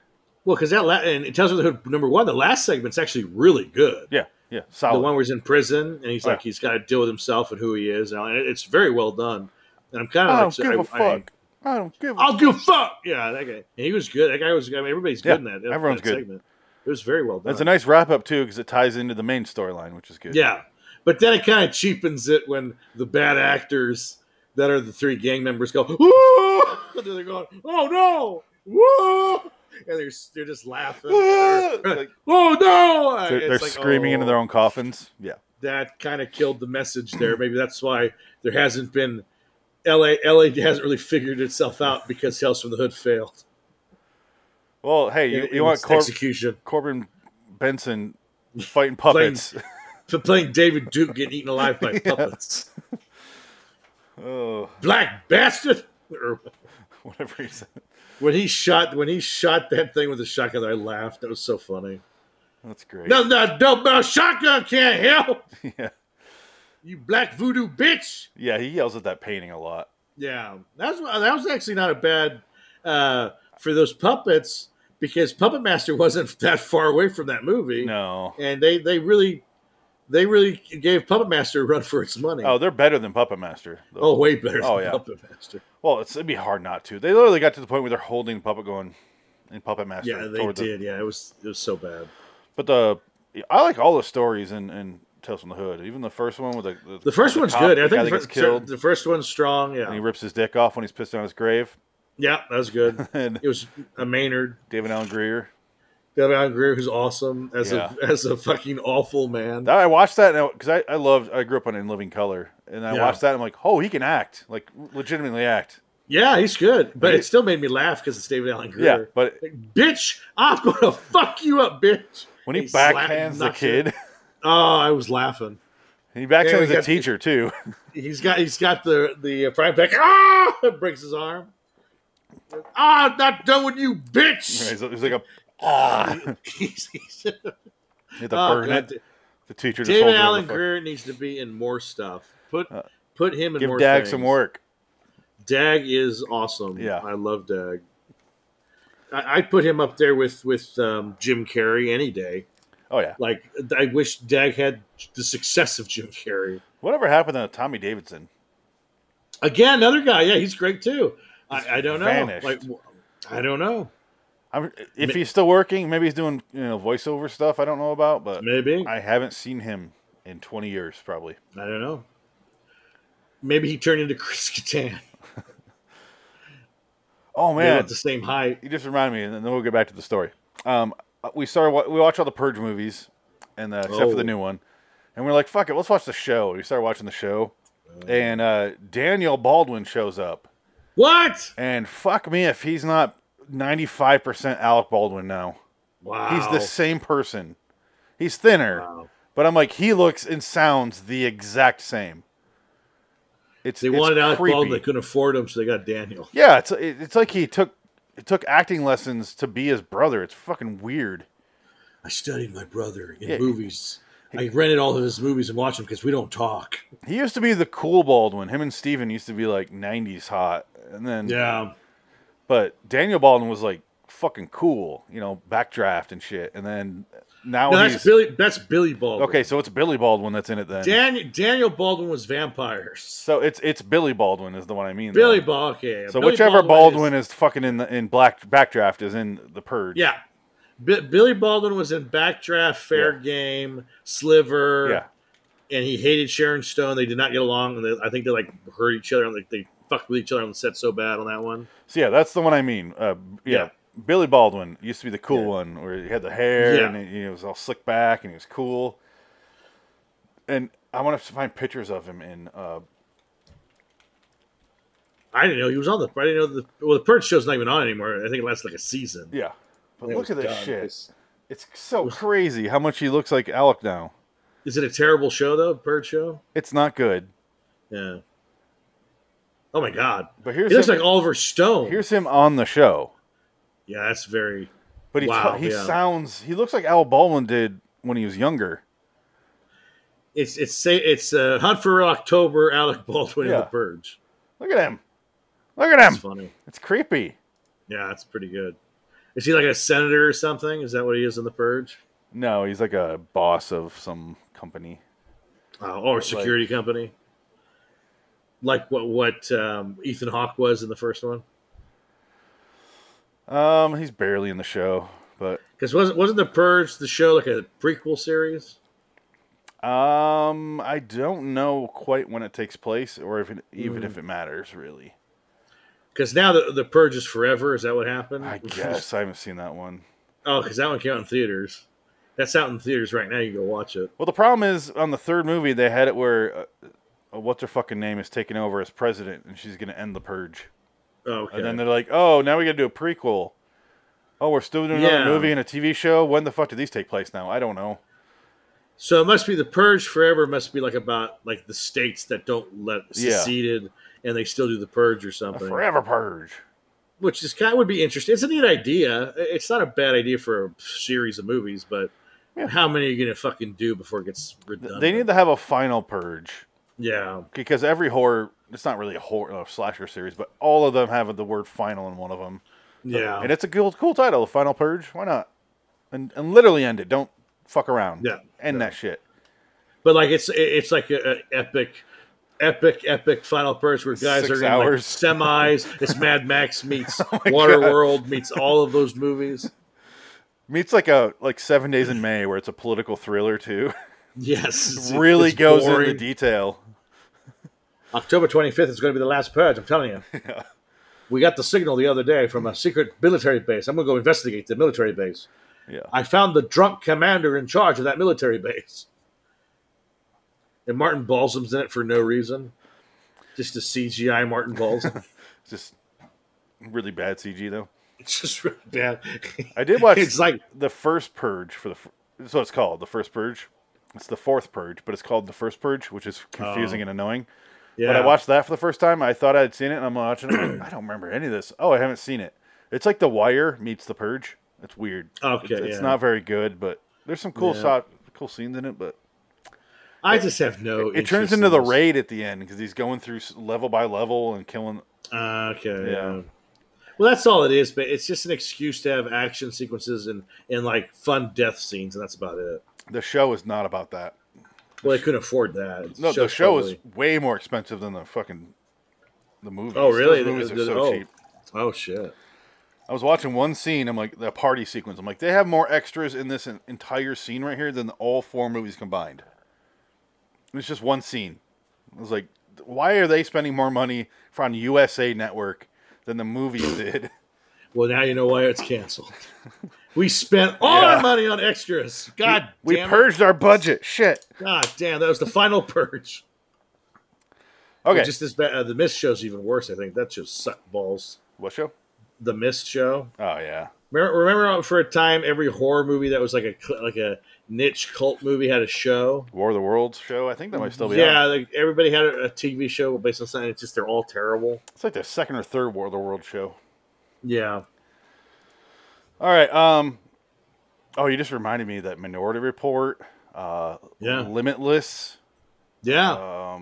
[SPEAKER 2] Well, because that la- and Tales from the Hood number one, the last segment's actually really good.
[SPEAKER 1] Yeah, yeah,
[SPEAKER 2] the
[SPEAKER 1] solid.
[SPEAKER 2] one where he's in prison and he's
[SPEAKER 1] Oh,
[SPEAKER 2] like
[SPEAKER 1] yeah.
[SPEAKER 2] he's got to deal with himself and who he is and all- and it's very well done and i'm kind of
[SPEAKER 1] I
[SPEAKER 2] like
[SPEAKER 1] don't
[SPEAKER 2] so-
[SPEAKER 1] give
[SPEAKER 2] I-
[SPEAKER 1] a
[SPEAKER 2] I-
[SPEAKER 1] fuck. I don't give. a
[SPEAKER 2] i'll give a fuck yeah that guy and he was good that guy was i mean everybody's good
[SPEAKER 1] Yeah,
[SPEAKER 2] in that that-
[SPEAKER 1] everyone's
[SPEAKER 2] that
[SPEAKER 1] good.
[SPEAKER 2] segment. it was very well done
[SPEAKER 1] That's a nice wrap up too, because it ties into the main storyline, which is good.
[SPEAKER 2] yeah but then it kind of cheapens it when the bad actors that are the three gang members go Ooh! And they're going oh no Whoa! and they're, they're just laughing
[SPEAKER 1] Ah!
[SPEAKER 2] They're-
[SPEAKER 1] Like,
[SPEAKER 2] oh no
[SPEAKER 1] they're
[SPEAKER 2] It's
[SPEAKER 1] they're
[SPEAKER 2] like,
[SPEAKER 1] screaming into
[SPEAKER 2] oh.
[SPEAKER 1] their own coffins. Yeah,
[SPEAKER 2] that kind of killed the message there. Maybe that's why there hasn't been LA. LA hasn't really figured itself out because Tales from the Hood failed.
[SPEAKER 1] Well, hey,
[SPEAKER 2] in-
[SPEAKER 1] you,
[SPEAKER 2] in
[SPEAKER 1] you want
[SPEAKER 2] its
[SPEAKER 1] Cor-
[SPEAKER 2] execution?
[SPEAKER 1] Corbin Benson fighting puppets?
[SPEAKER 2] For playing David Duke getting eaten alive by puppets,
[SPEAKER 1] oh,
[SPEAKER 2] black bastard. Or
[SPEAKER 1] whatever he said.
[SPEAKER 2] when he shot when he shot that thing with the shotgun, I laughed. That was so funny.
[SPEAKER 1] That's great.
[SPEAKER 2] No, no, no, no shotgun can't help
[SPEAKER 1] Yeah,
[SPEAKER 2] you, black voodoo bitch.
[SPEAKER 1] yeah, he yells at that painting a lot.
[SPEAKER 2] Yeah, that's that was actually not a bad uh, for those puppets because Puppet Master wasn't that far away from that movie.
[SPEAKER 1] No.
[SPEAKER 2] and they they really they really gave Puppet Master a run for its money.
[SPEAKER 1] Oh, they're better than Puppet Master. though.
[SPEAKER 2] Oh, way better.
[SPEAKER 1] Oh,
[SPEAKER 2] than
[SPEAKER 1] yeah.
[SPEAKER 2] Puppet Master.
[SPEAKER 1] Well, it's, it'd be hard not to. They literally got to the point where they're holding the puppet going in Puppet Master.
[SPEAKER 2] Yeah, they
[SPEAKER 1] toward the-
[SPEAKER 2] did. Yeah, it was it was so bad.
[SPEAKER 1] But the I like all the stories in, in Tales from the Hood. Even the first one with the the,
[SPEAKER 2] The first
[SPEAKER 1] the
[SPEAKER 2] one's
[SPEAKER 1] cop,
[SPEAKER 2] good.
[SPEAKER 1] The guy
[SPEAKER 2] I think
[SPEAKER 1] that
[SPEAKER 2] the,
[SPEAKER 1] gets
[SPEAKER 2] fir-
[SPEAKER 1] killed
[SPEAKER 2] the first one's strong.
[SPEAKER 1] and he
[SPEAKER 2] Yeah,
[SPEAKER 1] rips his dick off when he's pissed on his grave.
[SPEAKER 2] yeah, that was good.
[SPEAKER 1] And
[SPEAKER 2] it was a Maynard.
[SPEAKER 1] David Allen Greer.
[SPEAKER 2] David Allen Greer, who's awesome as
[SPEAKER 1] Yeah.
[SPEAKER 2] a as a fucking awful man.
[SPEAKER 1] That, I watched that because I, I loved. I grew up on In Living Color, and I
[SPEAKER 2] Yeah.
[SPEAKER 1] watched that. and I'm like, oh, he can act, like legitimately act.
[SPEAKER 2] yeah, he's good, but
[SPEAKER 1] He-
[SPEAKER 2] it still made me laugh because it's David Allen Greer.
[SPEAKER 1] Yeah, but
[SPEAKER 2] Like, bitch, I'm gonna fuck you up, bitch.
[SPEAKER 1] when he,
[SPEAKER 2] slapped
[SPEAKER 1] backhands the
[SPEAKER 2] nuts
[SPEAKER 1] kid,
[SPEAKER 2] in- Oh, I was laughing.
[SPEAKER 1] he
[SPEAKER 2] Yeah, we
[SPEAKER 1] backhands the
[SPEAKER 2] got-
[SPEAKER 1] teacher too.
[SPEAKER 2] He's got he's got the the uh, prime back. Ah, breaks his arm. Ah, I'm not done with you, bitch.
[SPEAKER 1] he's, he's like a ah,
[SPEAKER 2] He's- he's-
[SPEAKER 1] you have to
[SPEAKER 2] Oh,
[SPEAKER 1] burn
[SPEAKER 2] God.
[SPEAKER 1] it. The teacher just
[SPEAKER 2] David
[SPEAKER 1] holds it on
[SPEAKER 2] Allen
[SPEAKER 1] the fuck-
[SPEAKER 2] Greer needs to be in more stuff. Put put him in
[SPEAKER 1] Give
[SPEAKER 2] more.
[SPEAKER 1] Dag
[SPEAKER 2] things.
[SPEAKER 1] some work.
[SPEAKER 2] Dag is awesome.
[SPEAKER 1] Yeah.
[SPEAKER 2] I love Dag. I, I'd put him up there with with um, Jim Carrey any day.
[SPEAKER 1] Oh yeah.
[SPEAKER 2] Like I wish Dag had the success of Jim Carrey.
[SPEAKER 1] Whatever happened to Tommy Davidson?
[SPEAKER 2] Again, another guy. Yeah, he's great too. I, I don't know.
[SPEAKER 1] Vanished.
[SPEAKER 2] Like w- I don't know.
[SPEAKER 1] I'm, if he's still working, maybe he's doing you know voiceover stuff. I don't know about, but
[SPEAKER 2] Maybe
[SPEAKER 1] I haven't seen him in 20 years probably.
[SPEAKER 2] I don't know. Maybe he turned into Chris Kattan.
[SPEAKER 1] Oh
[SPEAKER 2] They're
[SPEAKER 1] man,
[SPEAKER 2] at the same height.
[SPEAKER 1] you just reminded me, and then we'll get back to the story. Um, we started wa- we watch all the Purge movies, and uh, except for
[SPEAKER 2] Oh.
[SPEAKER 1] the new one, and we're like, fuck it, let's watch the show. We started watching the show,
[SPEAKER 2] Oh.
[SPEAKER 1] and uh, Daniel Baldwin shows up,
[SPEAKER 2] What?
[SPEAKER 1] and fuck me if he's not ninety-five percent Alec Baldwin now.
[SPEAKER 2] Wow.
[SPEAKER 1] He's the same person. He's thinner, but I'm like he looks and sounds the exact same. It's
[SPEAKER 2] They
[SPEAKER 1] it's
[SPEAKER 2] wanted Alec
[SPEAKER 1] creepy.
[SPEAKER 2] Baldwin. They couldn't afford him, so they got Daniel.
[SPEAKER 1] Yeah, it's it- it's like he took it took acting lessons to be his brother. It's fucking weird.
[SPEAKER 2] I studied my brother in
[SPEAKER 1] Yeah.
[SPEAKER 2] movies. I rented all of his movies and watched them because we don't talk.
[SPEAKER 1] He used to be the cool Baldwin. Him and Steven used to be like '90s hot, and then
[SPEAKER 2] Yeah.
[SPEAKER 1] But Daniel Baldwin was like fucking cool, you know, backdraft and shit. And then now
[SPEAKER 2] No,
[SPEAKER 1] Oh, he's
[SPEAKER 2] that's Billy. That's Billy Baldwin.
[SPEAKER 1] okay. So it's Billy Baldwin that's in it then.
[SPEAKER 2] Dan, Daniel Baldwin was vampires.
[SPEAKER 1] so it's it's Billy Baldwin is the one I mean.
[SPEAKER 2] Billy
[SPEAKER 1] though.
[SPEAKER 2] Baldwin. Okay.
[SPEAKER 1] So
[SPEAKER 2] Billy
[SPEAKER 1] whichever Baldwin
[SPEAKER 2] is,
[SPEAKER 1] is, fucking in the in black backdraft is in the purge.
[SPEAKER 2] yeah. Bi- Billy Baldwin was in Backdraft, Fair
[SPEAKER 1] Yeah.
[SPEAKER 2] Game, Sliver.
[SPEAKER 1] yeah.
[SPEAKER 2] and he hated Sharon Stone. They did not get along, and they, I think they like hurt each other and like they fucked with each other on the set so bad on that one.
[SPEAKER 1] So yeah, that's the one I mean. Uh, yeah.
[SPEAKER 2] Yeah.
[SPEAKER 1] Billy Baldwin used to be the cool
[SPEAKER 2] Yeah.
[SPEAKER 1] one where he had the hair
[SPEAKER 2] Yeah.
[SPEAKER 1] and he, he was all slick back and he was cool. And I want to find pictures of him in uh,
[SPEAKER 2] I didn't know he was on the. I didn't know the. Well, the Purge show's not even on anymore. I think it lasts like a season.
[SPEAKER 1] yeah. But
[SPEAKER 2] It
[SPEAKER 1] look
[SPEAKER 2] was
[SPEAKER 1] at this
[SPEAKER 2] done.
[SPEAKER 1] shit.
[SPEAKER 2] It's-
[SPEAKER 1] It's so crazy how much he looks like Alec now.
[SPEAKER 2] Is it a terrible show though? Purge show.
[SPEAKER 1] It's not good.
[SPEAKER 2] Yeah. Oh my god.
[SPEAKER 1] But here's
[SPEAKER 2] He looks
[SPEAKER 1] him,
[SPEAKER 2] like Oliver Stone.
[SPEAKER 1] here's him on the show.
[SPEAKER 2] yeah, that's very.
[SPEAKER 1] But he
[SPEAKER 2] Wow,
[SPEAKER 1] he
[SPEAKER 2] yeah.
[SPEAKER 1] sounds he looks like Al Baldwin did when he was younger.
[SPEAKER 2] It's it's say it's uh, Hunt for Red October. Alec Baldwin
[SPEAKER 1] Yeah.
[SPEAKER 2] and the Purge.
[SPEAKER 1] Look at him. Look at
[SPEAKER 2] That's
[SPEAKER 1] him.
[SPEAKER 2] funny.
[SPEAKER 1] It's creepy.
[SPEAKER 2] Yeah, that's pretty good. Is he like a senator or something? Is that what he is in the Purge?
[SPEAKER 1] No, he's like a boss of some company.
[SPEAKER 2] Uh, or a security company. Like what what um, Ethan Hawke was in the first one,
[SPEAKER 1] Um, he's barely in the show, but
[SPEAKER 2] because wasn't wasn't the Purge the show like a prequel series?
[SPEAKER 1] um, I don't know quite when it takes place or if it, even if it matters really.
[SPEAKER 2] Because now the the Purge is forever. Is that what happened?
[SPEAKER 1] I guess I haven't seen that one.
[SPEAKER 2] oh, because that one came out in theaters. That's out in theaters right now. You can go watch it.
[SPEAKER 1] Well, the problem is on the third movie they had it where uh, uh, what's her fucking name is taking over as president and she's gonna end the purge,
[SPEAKER 2] Oh, okay.
[SPEAKER 1] and then they're like, oh, now we gotta do a prequel. Oh, we're still doing
[SPEAKER 2] Yeah.
[SPEAKER 1] another movie and a TV show. When the fuck do these take place now? I don't know.
[SPEAKER 2] so it must be the Purge forever. Must be like about like the states that don't let
[SPEAKER 1] Yeah.
[SPEAKER 2] seceded and they still do the Purge or
[SPEAKER 1] A
[SPEAKER 2] something.
[SPEAKER 1] forever purge.
[SPEAKER 2] which is kind of would be interesting. It's a neat idea. It's not a bad idea for a series of movies, but
[SPEAKER 1] Yeah.
[SPEAKER 2] how many are you going to fucking do before it gets redundant?
[SPEAKER 1] They need Uh, to have a final purge
[SPEAKER 2] yeah,
[SPEAKER 1] because every horror. It's not really a horror uh, slasher series, but all of them have the word "final" in one of them,
[SPEAKER 2] yeah,
[SPEAKER 1] and it's a cool, cool title, "The Final Purge." Why not? And, and literally end it. Don't fuck around.
[SPEAKER 2] Yeah.
[SPEAKER 1] end that shit.
[SPEAKER 2] but like it's it's like a, a epic. Epic, epic final purge where guys
[SPEAKER 1] Six
[SPEAKER 2] are in like
[SPEAKER 1] hours. Oh
[SPEAKER 2] semis. It's Mad Max meets Waterworld meets all of those movies.
[SPEAKER 1] Meets like a like Seven Days in May, where it's a political thriller too.
[SPEAKER 2] Yes, it's-
[SPEAKER 1] really
[SPEAKER 2] it's
[SPEAKER 1] goes
[SPEAKER 2] boring.
[SPEAKER 1] into detail.
[SPEAKER 2] October 25th is going to be the last purge, I'm telling you. We got the signal the other day from a secret military base. I'm going to go investigate the military base.
[SPEAKER 1] Yeah.
[SPEAKER 2] I found the drunk commander in charge of that military base. And Martin Balsam's in it for no reason. Just a CGI Martin Balsam.
[SPEAKER 1] It's just really bad CG though.
[SPEAKER 2] it's just really bad.
[SPEAKER 1] I did watch.
[SPEAKER 2] It's like-
[SPEAKER 1] the first purge for the. fir- That's what it's called. The first purge. It's the fourth purge, but it's called the first purge, which is
[SPEAKER 2] Oh.
[SPEAKER 1] confusing and annoying.
[SPEAKER 2] Yeah.
[SPEAKER 1] When I watched that for the first time, I thought I'd seen it, and I'm watching it. I'm like, I don't remember any of this. Oh, I haven't seen it. It's like The Wire meets The Purge. It's weird.
[SPEAKER 2] Okay,
[SPEAKER 1] It's, it's
[SPEAKER 2] yeah.
[SPEAKER 1] not very good, but there's some cool shot, cool scenes in it, but
[SPEAKER 2] I just have no.
[SPEAKER 1] it turns
[SPEAKER 2] interest in
[SPEAKER 1] into the
[SPEAKER 2] this.
[SPEAKER 1] raid at the end because he's going through s- level by level and killing.
[SPEAKER 2] Ah, okay.
[SPEAKER 1] Yeah.
[SPEAKER 2] Yeah. Well, that's all it is, but it's just an excuse to have action sequences and, and like fun death scenes, and that's about it.
[SPEAKER 1] The show is not about that.
[SPEAKER 2] Well, they couldn't afford that.
[SPEAKER 1] No, the show
[SPEAKER 2] probably-
[SPEAKER 1] is way more expensive than the fucking the movie.
[SPEAKER 2] Oh, really?
[SPEAKER 1] Those movies are
[SPEAKER 2] The- the-
[SPEAKER 1] so
[SPEAKER 2] oh.
[SPEAKER 1] cheap.
[SPEAKER 2] Oh shit!
[SPEAKER 1] I was watching one scene. I'm like the party sequence. I'm like they have more extras in this en- entire scene right here than all four movies combined. And It's just one scene. I was like, why are they spending more money from USA Network than the movies did?
[SPEAKER 2] Well, now you know why it's canceled. we spent all
[SPEAKER 1] Yeah.
[SPEAKER 2] our money on extras. God
[SPEAKER 1] we
[SPEAKER 2] damn! it.
[SPEAKER 1] purged our budget. Shit.
[SPEAKER 2] God damn! That was the final purge.
[SPEAKER 1] Okay.
[SPEAKER 2] Just this bad. Uh, the mist show's even worse. I think that just sucked balls.
[SPEAKER 1] what show?
[SPEAKER 2] the Mist show.
[SPEAKER 1] Oh yeah.
[SPEAKER 2] Remember, remember for a time every horror movie that was like a cl- like a niche cult movie had a show.
[SPEAKER 1] War of the Worlds show. I think that might still be.
[SPEAKER 2] yeah,
[SPEAKER 1] out.
[SPEAKER 2] like everybody had a, a TV show based on something. It's just they're all terrible.
[SPEAKER 1] It's like the second or third War of the Worlds show.
[SPEAKER 2] Yeah,
[SPEAKER 1] All right. Um. Oh, you just reminded me that Minority Report. Uh,
[SPEAKER 2] Yeah.
[SPEAKER 1] Limitless.
[SPEAKER 2] yeah,
[SPEAKER 1] uh,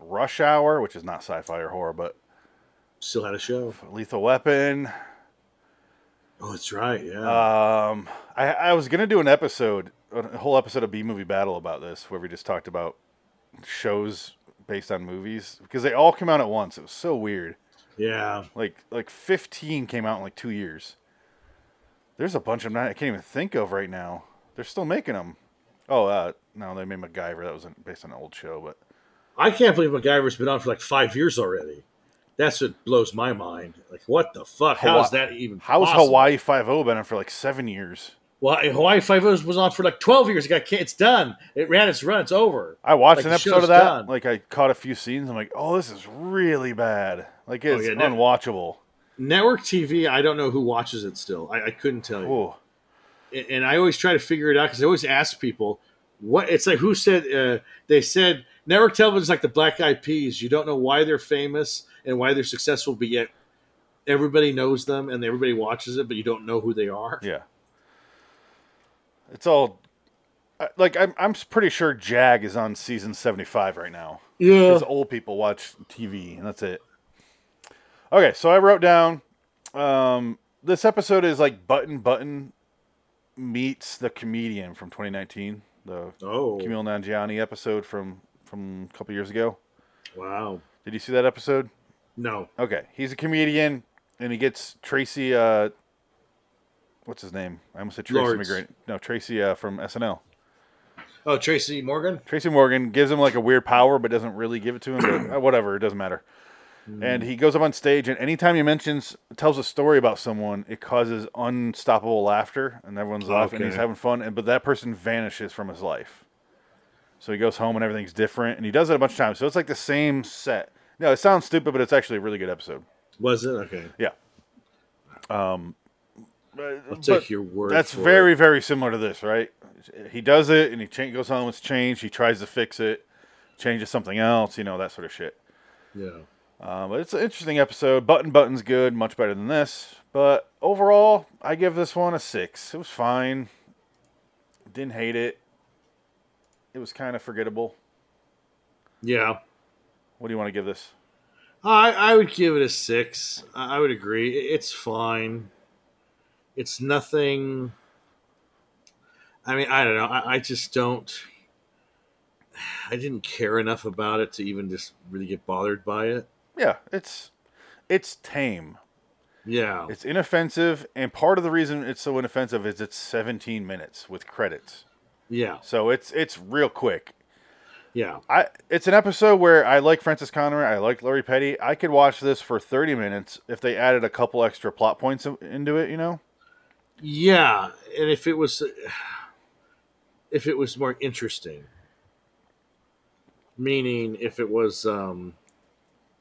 [SPEAKER 1] Rush Hour, which is not sci-fi or horror, but
[SPEAKER 2] still had a show.
[SPEAKER 1] Lethal Weapon.
[SPEAKER 2] Oh, that's right. Yeah,
[SPEAKER 1] Um, I, I was gonna do an episode, a whole episode of B Movie Battle about this, where we just talked about shows based on movies because they all came out at once. It was so weird.
[SPEAKER 2] yeah.
[SPEAKER 1] Like like fifteen came out in like two years. There's a bunch of them I can't even think of right now. They're still making them. Oh, uh, no, they made MacGyver. That was based on an old show, but
[SPEAKER 2] I can't believe MacGyver's been on for like five years already. That's what blows my mind. Like, what the fuck? How is
[SPEAKER 1] Hawaii-
[SPEAKER 2] that even?
[SPEAKER 1] How has
[SPEAKER 2] possible?
[SPEAKER 1] Hawaii Five O been on for like seven years?
[SPEAKER 2] Well, Hawaii Five O was on for like twelve years. It got can- it's done. It ran its run. It's over.
[SPEAKER 1] I watched
[SPEAKER 2] Like,
[SPEAKER 1] an
[SPEAKER 2] the
[SPEAKER 1] episode
[SPEAKER 2] show's
[SPEAKER 1] of that.
[SPEAKER 2] done.
[SPEAKER 1] Like I caught a few scenes. I'm like, oh, this is really bad. Like it's
[SPEAKER 2] Oh, yeah, no-
[SPEAKER 1] unwatchable.
[SPEAKER 2] Network TV. I don't know who watches it still. I, I couldn't tell you.
[SPEAKER 1] Ooh.
[SPEAKER 2] and- and I always try to figure it out because I always ask people what it's like. Who said uh, they said network television is like the Black Eyed Peas? You don't know why they're famous and why they're successful, but yet everybody knows them and everybody watches it, but you don't know who they are.
[SPEAKER 1] Yeah. It's all I- like I'm. I'm pretty sure Jag is on season 75 right now.
[SPEAKER 2] Yeah.
[SPEAKER 1] Because old people watch TV and that's it. Okay, so I wrote down. Um, this episode is like Button Button meets the comedian from 2019, the
[SPEAKER 2] Oh
[SPEAKER 1] Camille Nanjiani episode from from a couple years ago.
[SPEAKER 2] wow!
[SPEAKER 1] Did you see that episode?
[SPEAKER 2] No,
[SPEAKER 1] Okay, he's a comedian, and he gets Tracy. Uh, what's his name? I almost said Tracy
[SPEAKER 2] Lawrence.
[SPEAKER 1] McGrady. No, Tracy uh, from SNL.
[SPEAKER 2] oh Tracy Morgan.
[SPEAKER 1] Tracy Morgan gives him like a weird power, but doesn't really give it to him. But uh, whatever, it doesn't matter.
[SPEAKER 2] Hmm.
[SPEAKER 1] And he goes up on stage, and anytime he mentions, tells a story about someone, it causes unstoppable laughter, and everyone's laughing. and He's
[SPEAKER 2] Okay.
[SPEAKER 1] having fun, and but that person vanishes from his life. So he goes home, and everything's different. And he does it a bunch of times. So it's like the same set. No, it sounds stupid, but it's actually a really good episode.
[SPEAKER 2] Was it okay?
[SPEAKER 1] Yeah.
[SPEAKER 2] I'll take your word.
[SPEAKER 1] That's
[SPEAKER 2] for
[SPEAKER 1] very,
[SPEAKER 2] it.
[SPEAKER 1] very similar to this, right? He does it and he cha- goes home, it's changed. He tries to fix it, changes something else, you know, that sort of shit.
[SPEAKER 2] yeah.
[SPEAKER 1] Uh, but it's an interesting episode. Button Button's good, much better than this. But overall, I give this one a six. It was fine. Didn't hate it. It was kind of forgettable.
[SPEAKER 2] Yeah.
[SPEAKER 1] What do you want to give this?
[SPEAKER 2] I, I would give it a six. I I would agree. I- It's fine. It's nothing. I mean, I don't know. I, I just don't. I didn't care enough about it to even just really get bothered by it.
[SPEAKER 1] Yeah, it's it's tame.
[SPEAKER 2] Yeah.
[SPEAKER 1] It's inoffensive, and part of the reason it's so inoffensive is it's 17 minutes with credits.
[SPEAKER 2] Yeah.
[SPEAKER 1] So it's it's real quick.
[SPEAKER 2] Yeah.
[SPEAKER 1] I it's an episode where I like Francis Connery, I like Laurie Petty. I could watch this for 30 minutes if they added a couple extra plot points in- into it, you know?
[SPEAKER 2] Yeah. And if it was. If it was more interesting. Meaning, if it was. um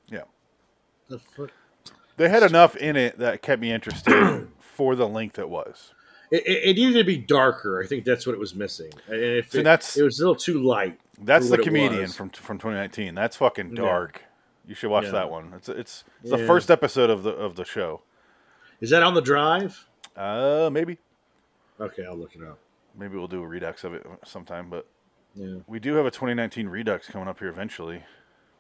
[SPEAKER 1] Yeah.
[SPEAKER 2] The fuck?
[SPEAKER 1] They had enough in it that kept me interested for the length it was.
[SPEAKER 2] It, it, it needed to be darker. I think that's what it was missing. And if
[SPEAKER 1] So
[SPEAKER 2] it,
[SPEAKER 1] that's-
[SPEAKER 2] it was a little too light.
[SPEAKER 1] That's the
[SPEAKER 2] for what it
[SPEAKER 1] comedian
[SPEAKER 2] was.
[SPEAKER 1] from from 2019. That's fucking dark. You should watch
[SPEAKER 2] Yeah.
[SPEAKER 1] that one. It's it's, it's the
[SPEAKER 2] Yeah.
[SPEAKER 1] first episode of the of the show.
[SPEAKER 2] Is that on the drive?
[SPEAKER 1] Uh maybe
[SPEAKER 2] Okay, I'll look it up.
[SPEAKER 1] maybe we'll do a redux of it sometime, but
[SPEAKER 2] Yeah.
[SPEAKER 1] we do have a 2019 redux coming up here eventually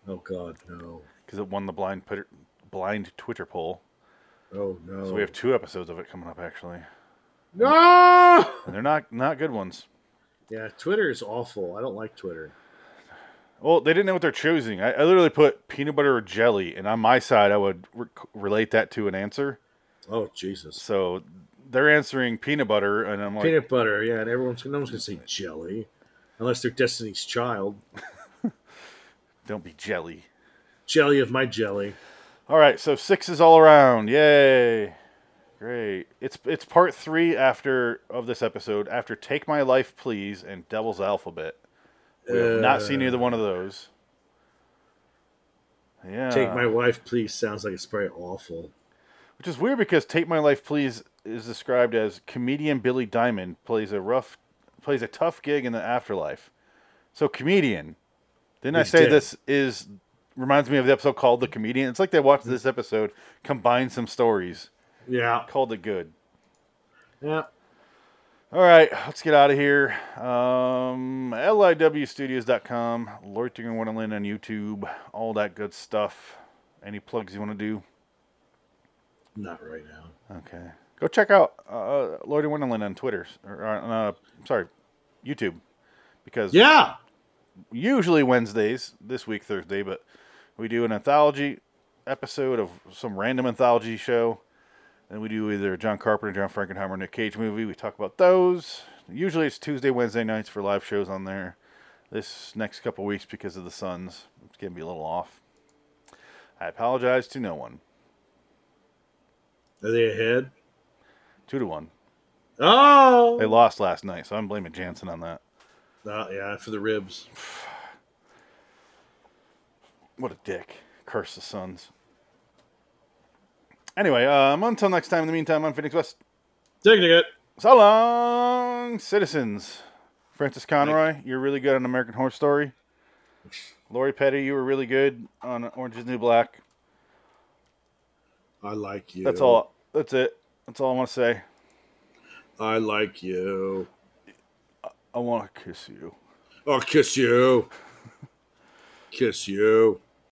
[SPEAKER 2] Oh God, no.
[SPEAKER 1] because it won the blind Twitter- blind Twitter poll.
[SPEAKER 2] Oh no.
[SPEAKER 1] So we have two episodes of it coming up actually.
[SPEAKER 2] no.
[SPEAKER 1] And they're not not good ones.
[SPEAKER 2] Yeah, Twitter is awful. I don't like Twitter.
[SPEAKER 1] Well, they didn't know what they're choosing. I, I literally put peanut butter or jelly, and on my side, I would re- relate that to an answer.
[SPEAKER 2] Oh Jesus.
[SPEAKER 1] So they're answering peanut butter, and I'm like,
[SPEAKER 2] Peanut butter. Yeah, and everyone's no one's gonna say jelly, unless they're Destiny's Child.
[SPEAKER 1] don't be jelly.
[SPEAKER 2] Jelly of my jelly.
[SPEAKER 1] All right, so six is all around. Yay. Great. It's it's part three after of this episode after Take My Life Please and Devil's Alphabet. We have not seen either one of those. Yeah. Ah.
[SPEAKER 2] Take my wife, please. Sounds like it's probably awful.
[SPEAKER 1] Which is weird because Take My Life Please is described as comedian Billy Diamond plays a rough plays a tough gig in the afterlife. So comedian. Didn't I
[SPEAKER 2] He's
[SPEAKER 1] say
[SPEAKER 2] dead.
[SPEAKER 1] this is reminds me of the episode called The Comedian? It's like they watched this episode, combined some stories,
[SPEAKER 2] Yeah.
[SPEAKER 1] called it good.
[SPEAKER 2] Yeah.
[SPEAKER 1] All right, let's get out of here. Um, LIWstudios.com, Lord Tinger Wonderland on YouTube, all that good stuff. Any plugs you want to do?
[SPEAKER 2] Not right now.
[SPEAKER 1] Okay. Go check out uh, Lord of Wonderland on Twitter, or on, uh, sorry, YouTube, because
[SPEAKER 2] Yeah.
[SPEAKER 1] usually Wednesdays, this week Thursday, but we do an anthology episode of some random anthology show. And we do either a John Carpenter, John Frankenheimer, Nick Cage movie. We talk about those. Usually it's Tuesday, Wednesday nights for live shows on there. This next couple weeks, because of the Suns, it's going to be a little off. I apologize to no one.
[SPEAKER 2] Are they ahead?
[SPEAKER 1] Two to one.
[SPEAKER 2] Oh.
[SPEAKER 1] They lost last night, so I'm blaming Jansen on that.
[SPEAKER 2] Uh, yeah, for the ribs.
[SPEAKER 1] What a dick. Curse the Suns. Anyway, um, until next time, in the meantime, I'm Phoenix West.
[SPEAKER 2] Taking it.
[SPEAKER 1] So long, citizens. Francis Conroy, you're really good on American Horror Story. Lori Petty, you were really good on Orange is the New Black.
[SPEAKER 2] I like you.
[SPEAKER 1] That's all. That's it. That's all I want to say.
[SPEAKER 2] I like you.
[SPEAKER 1] I want to kiss you.
[SPEAKER 2] I'll kiss you. kiss you.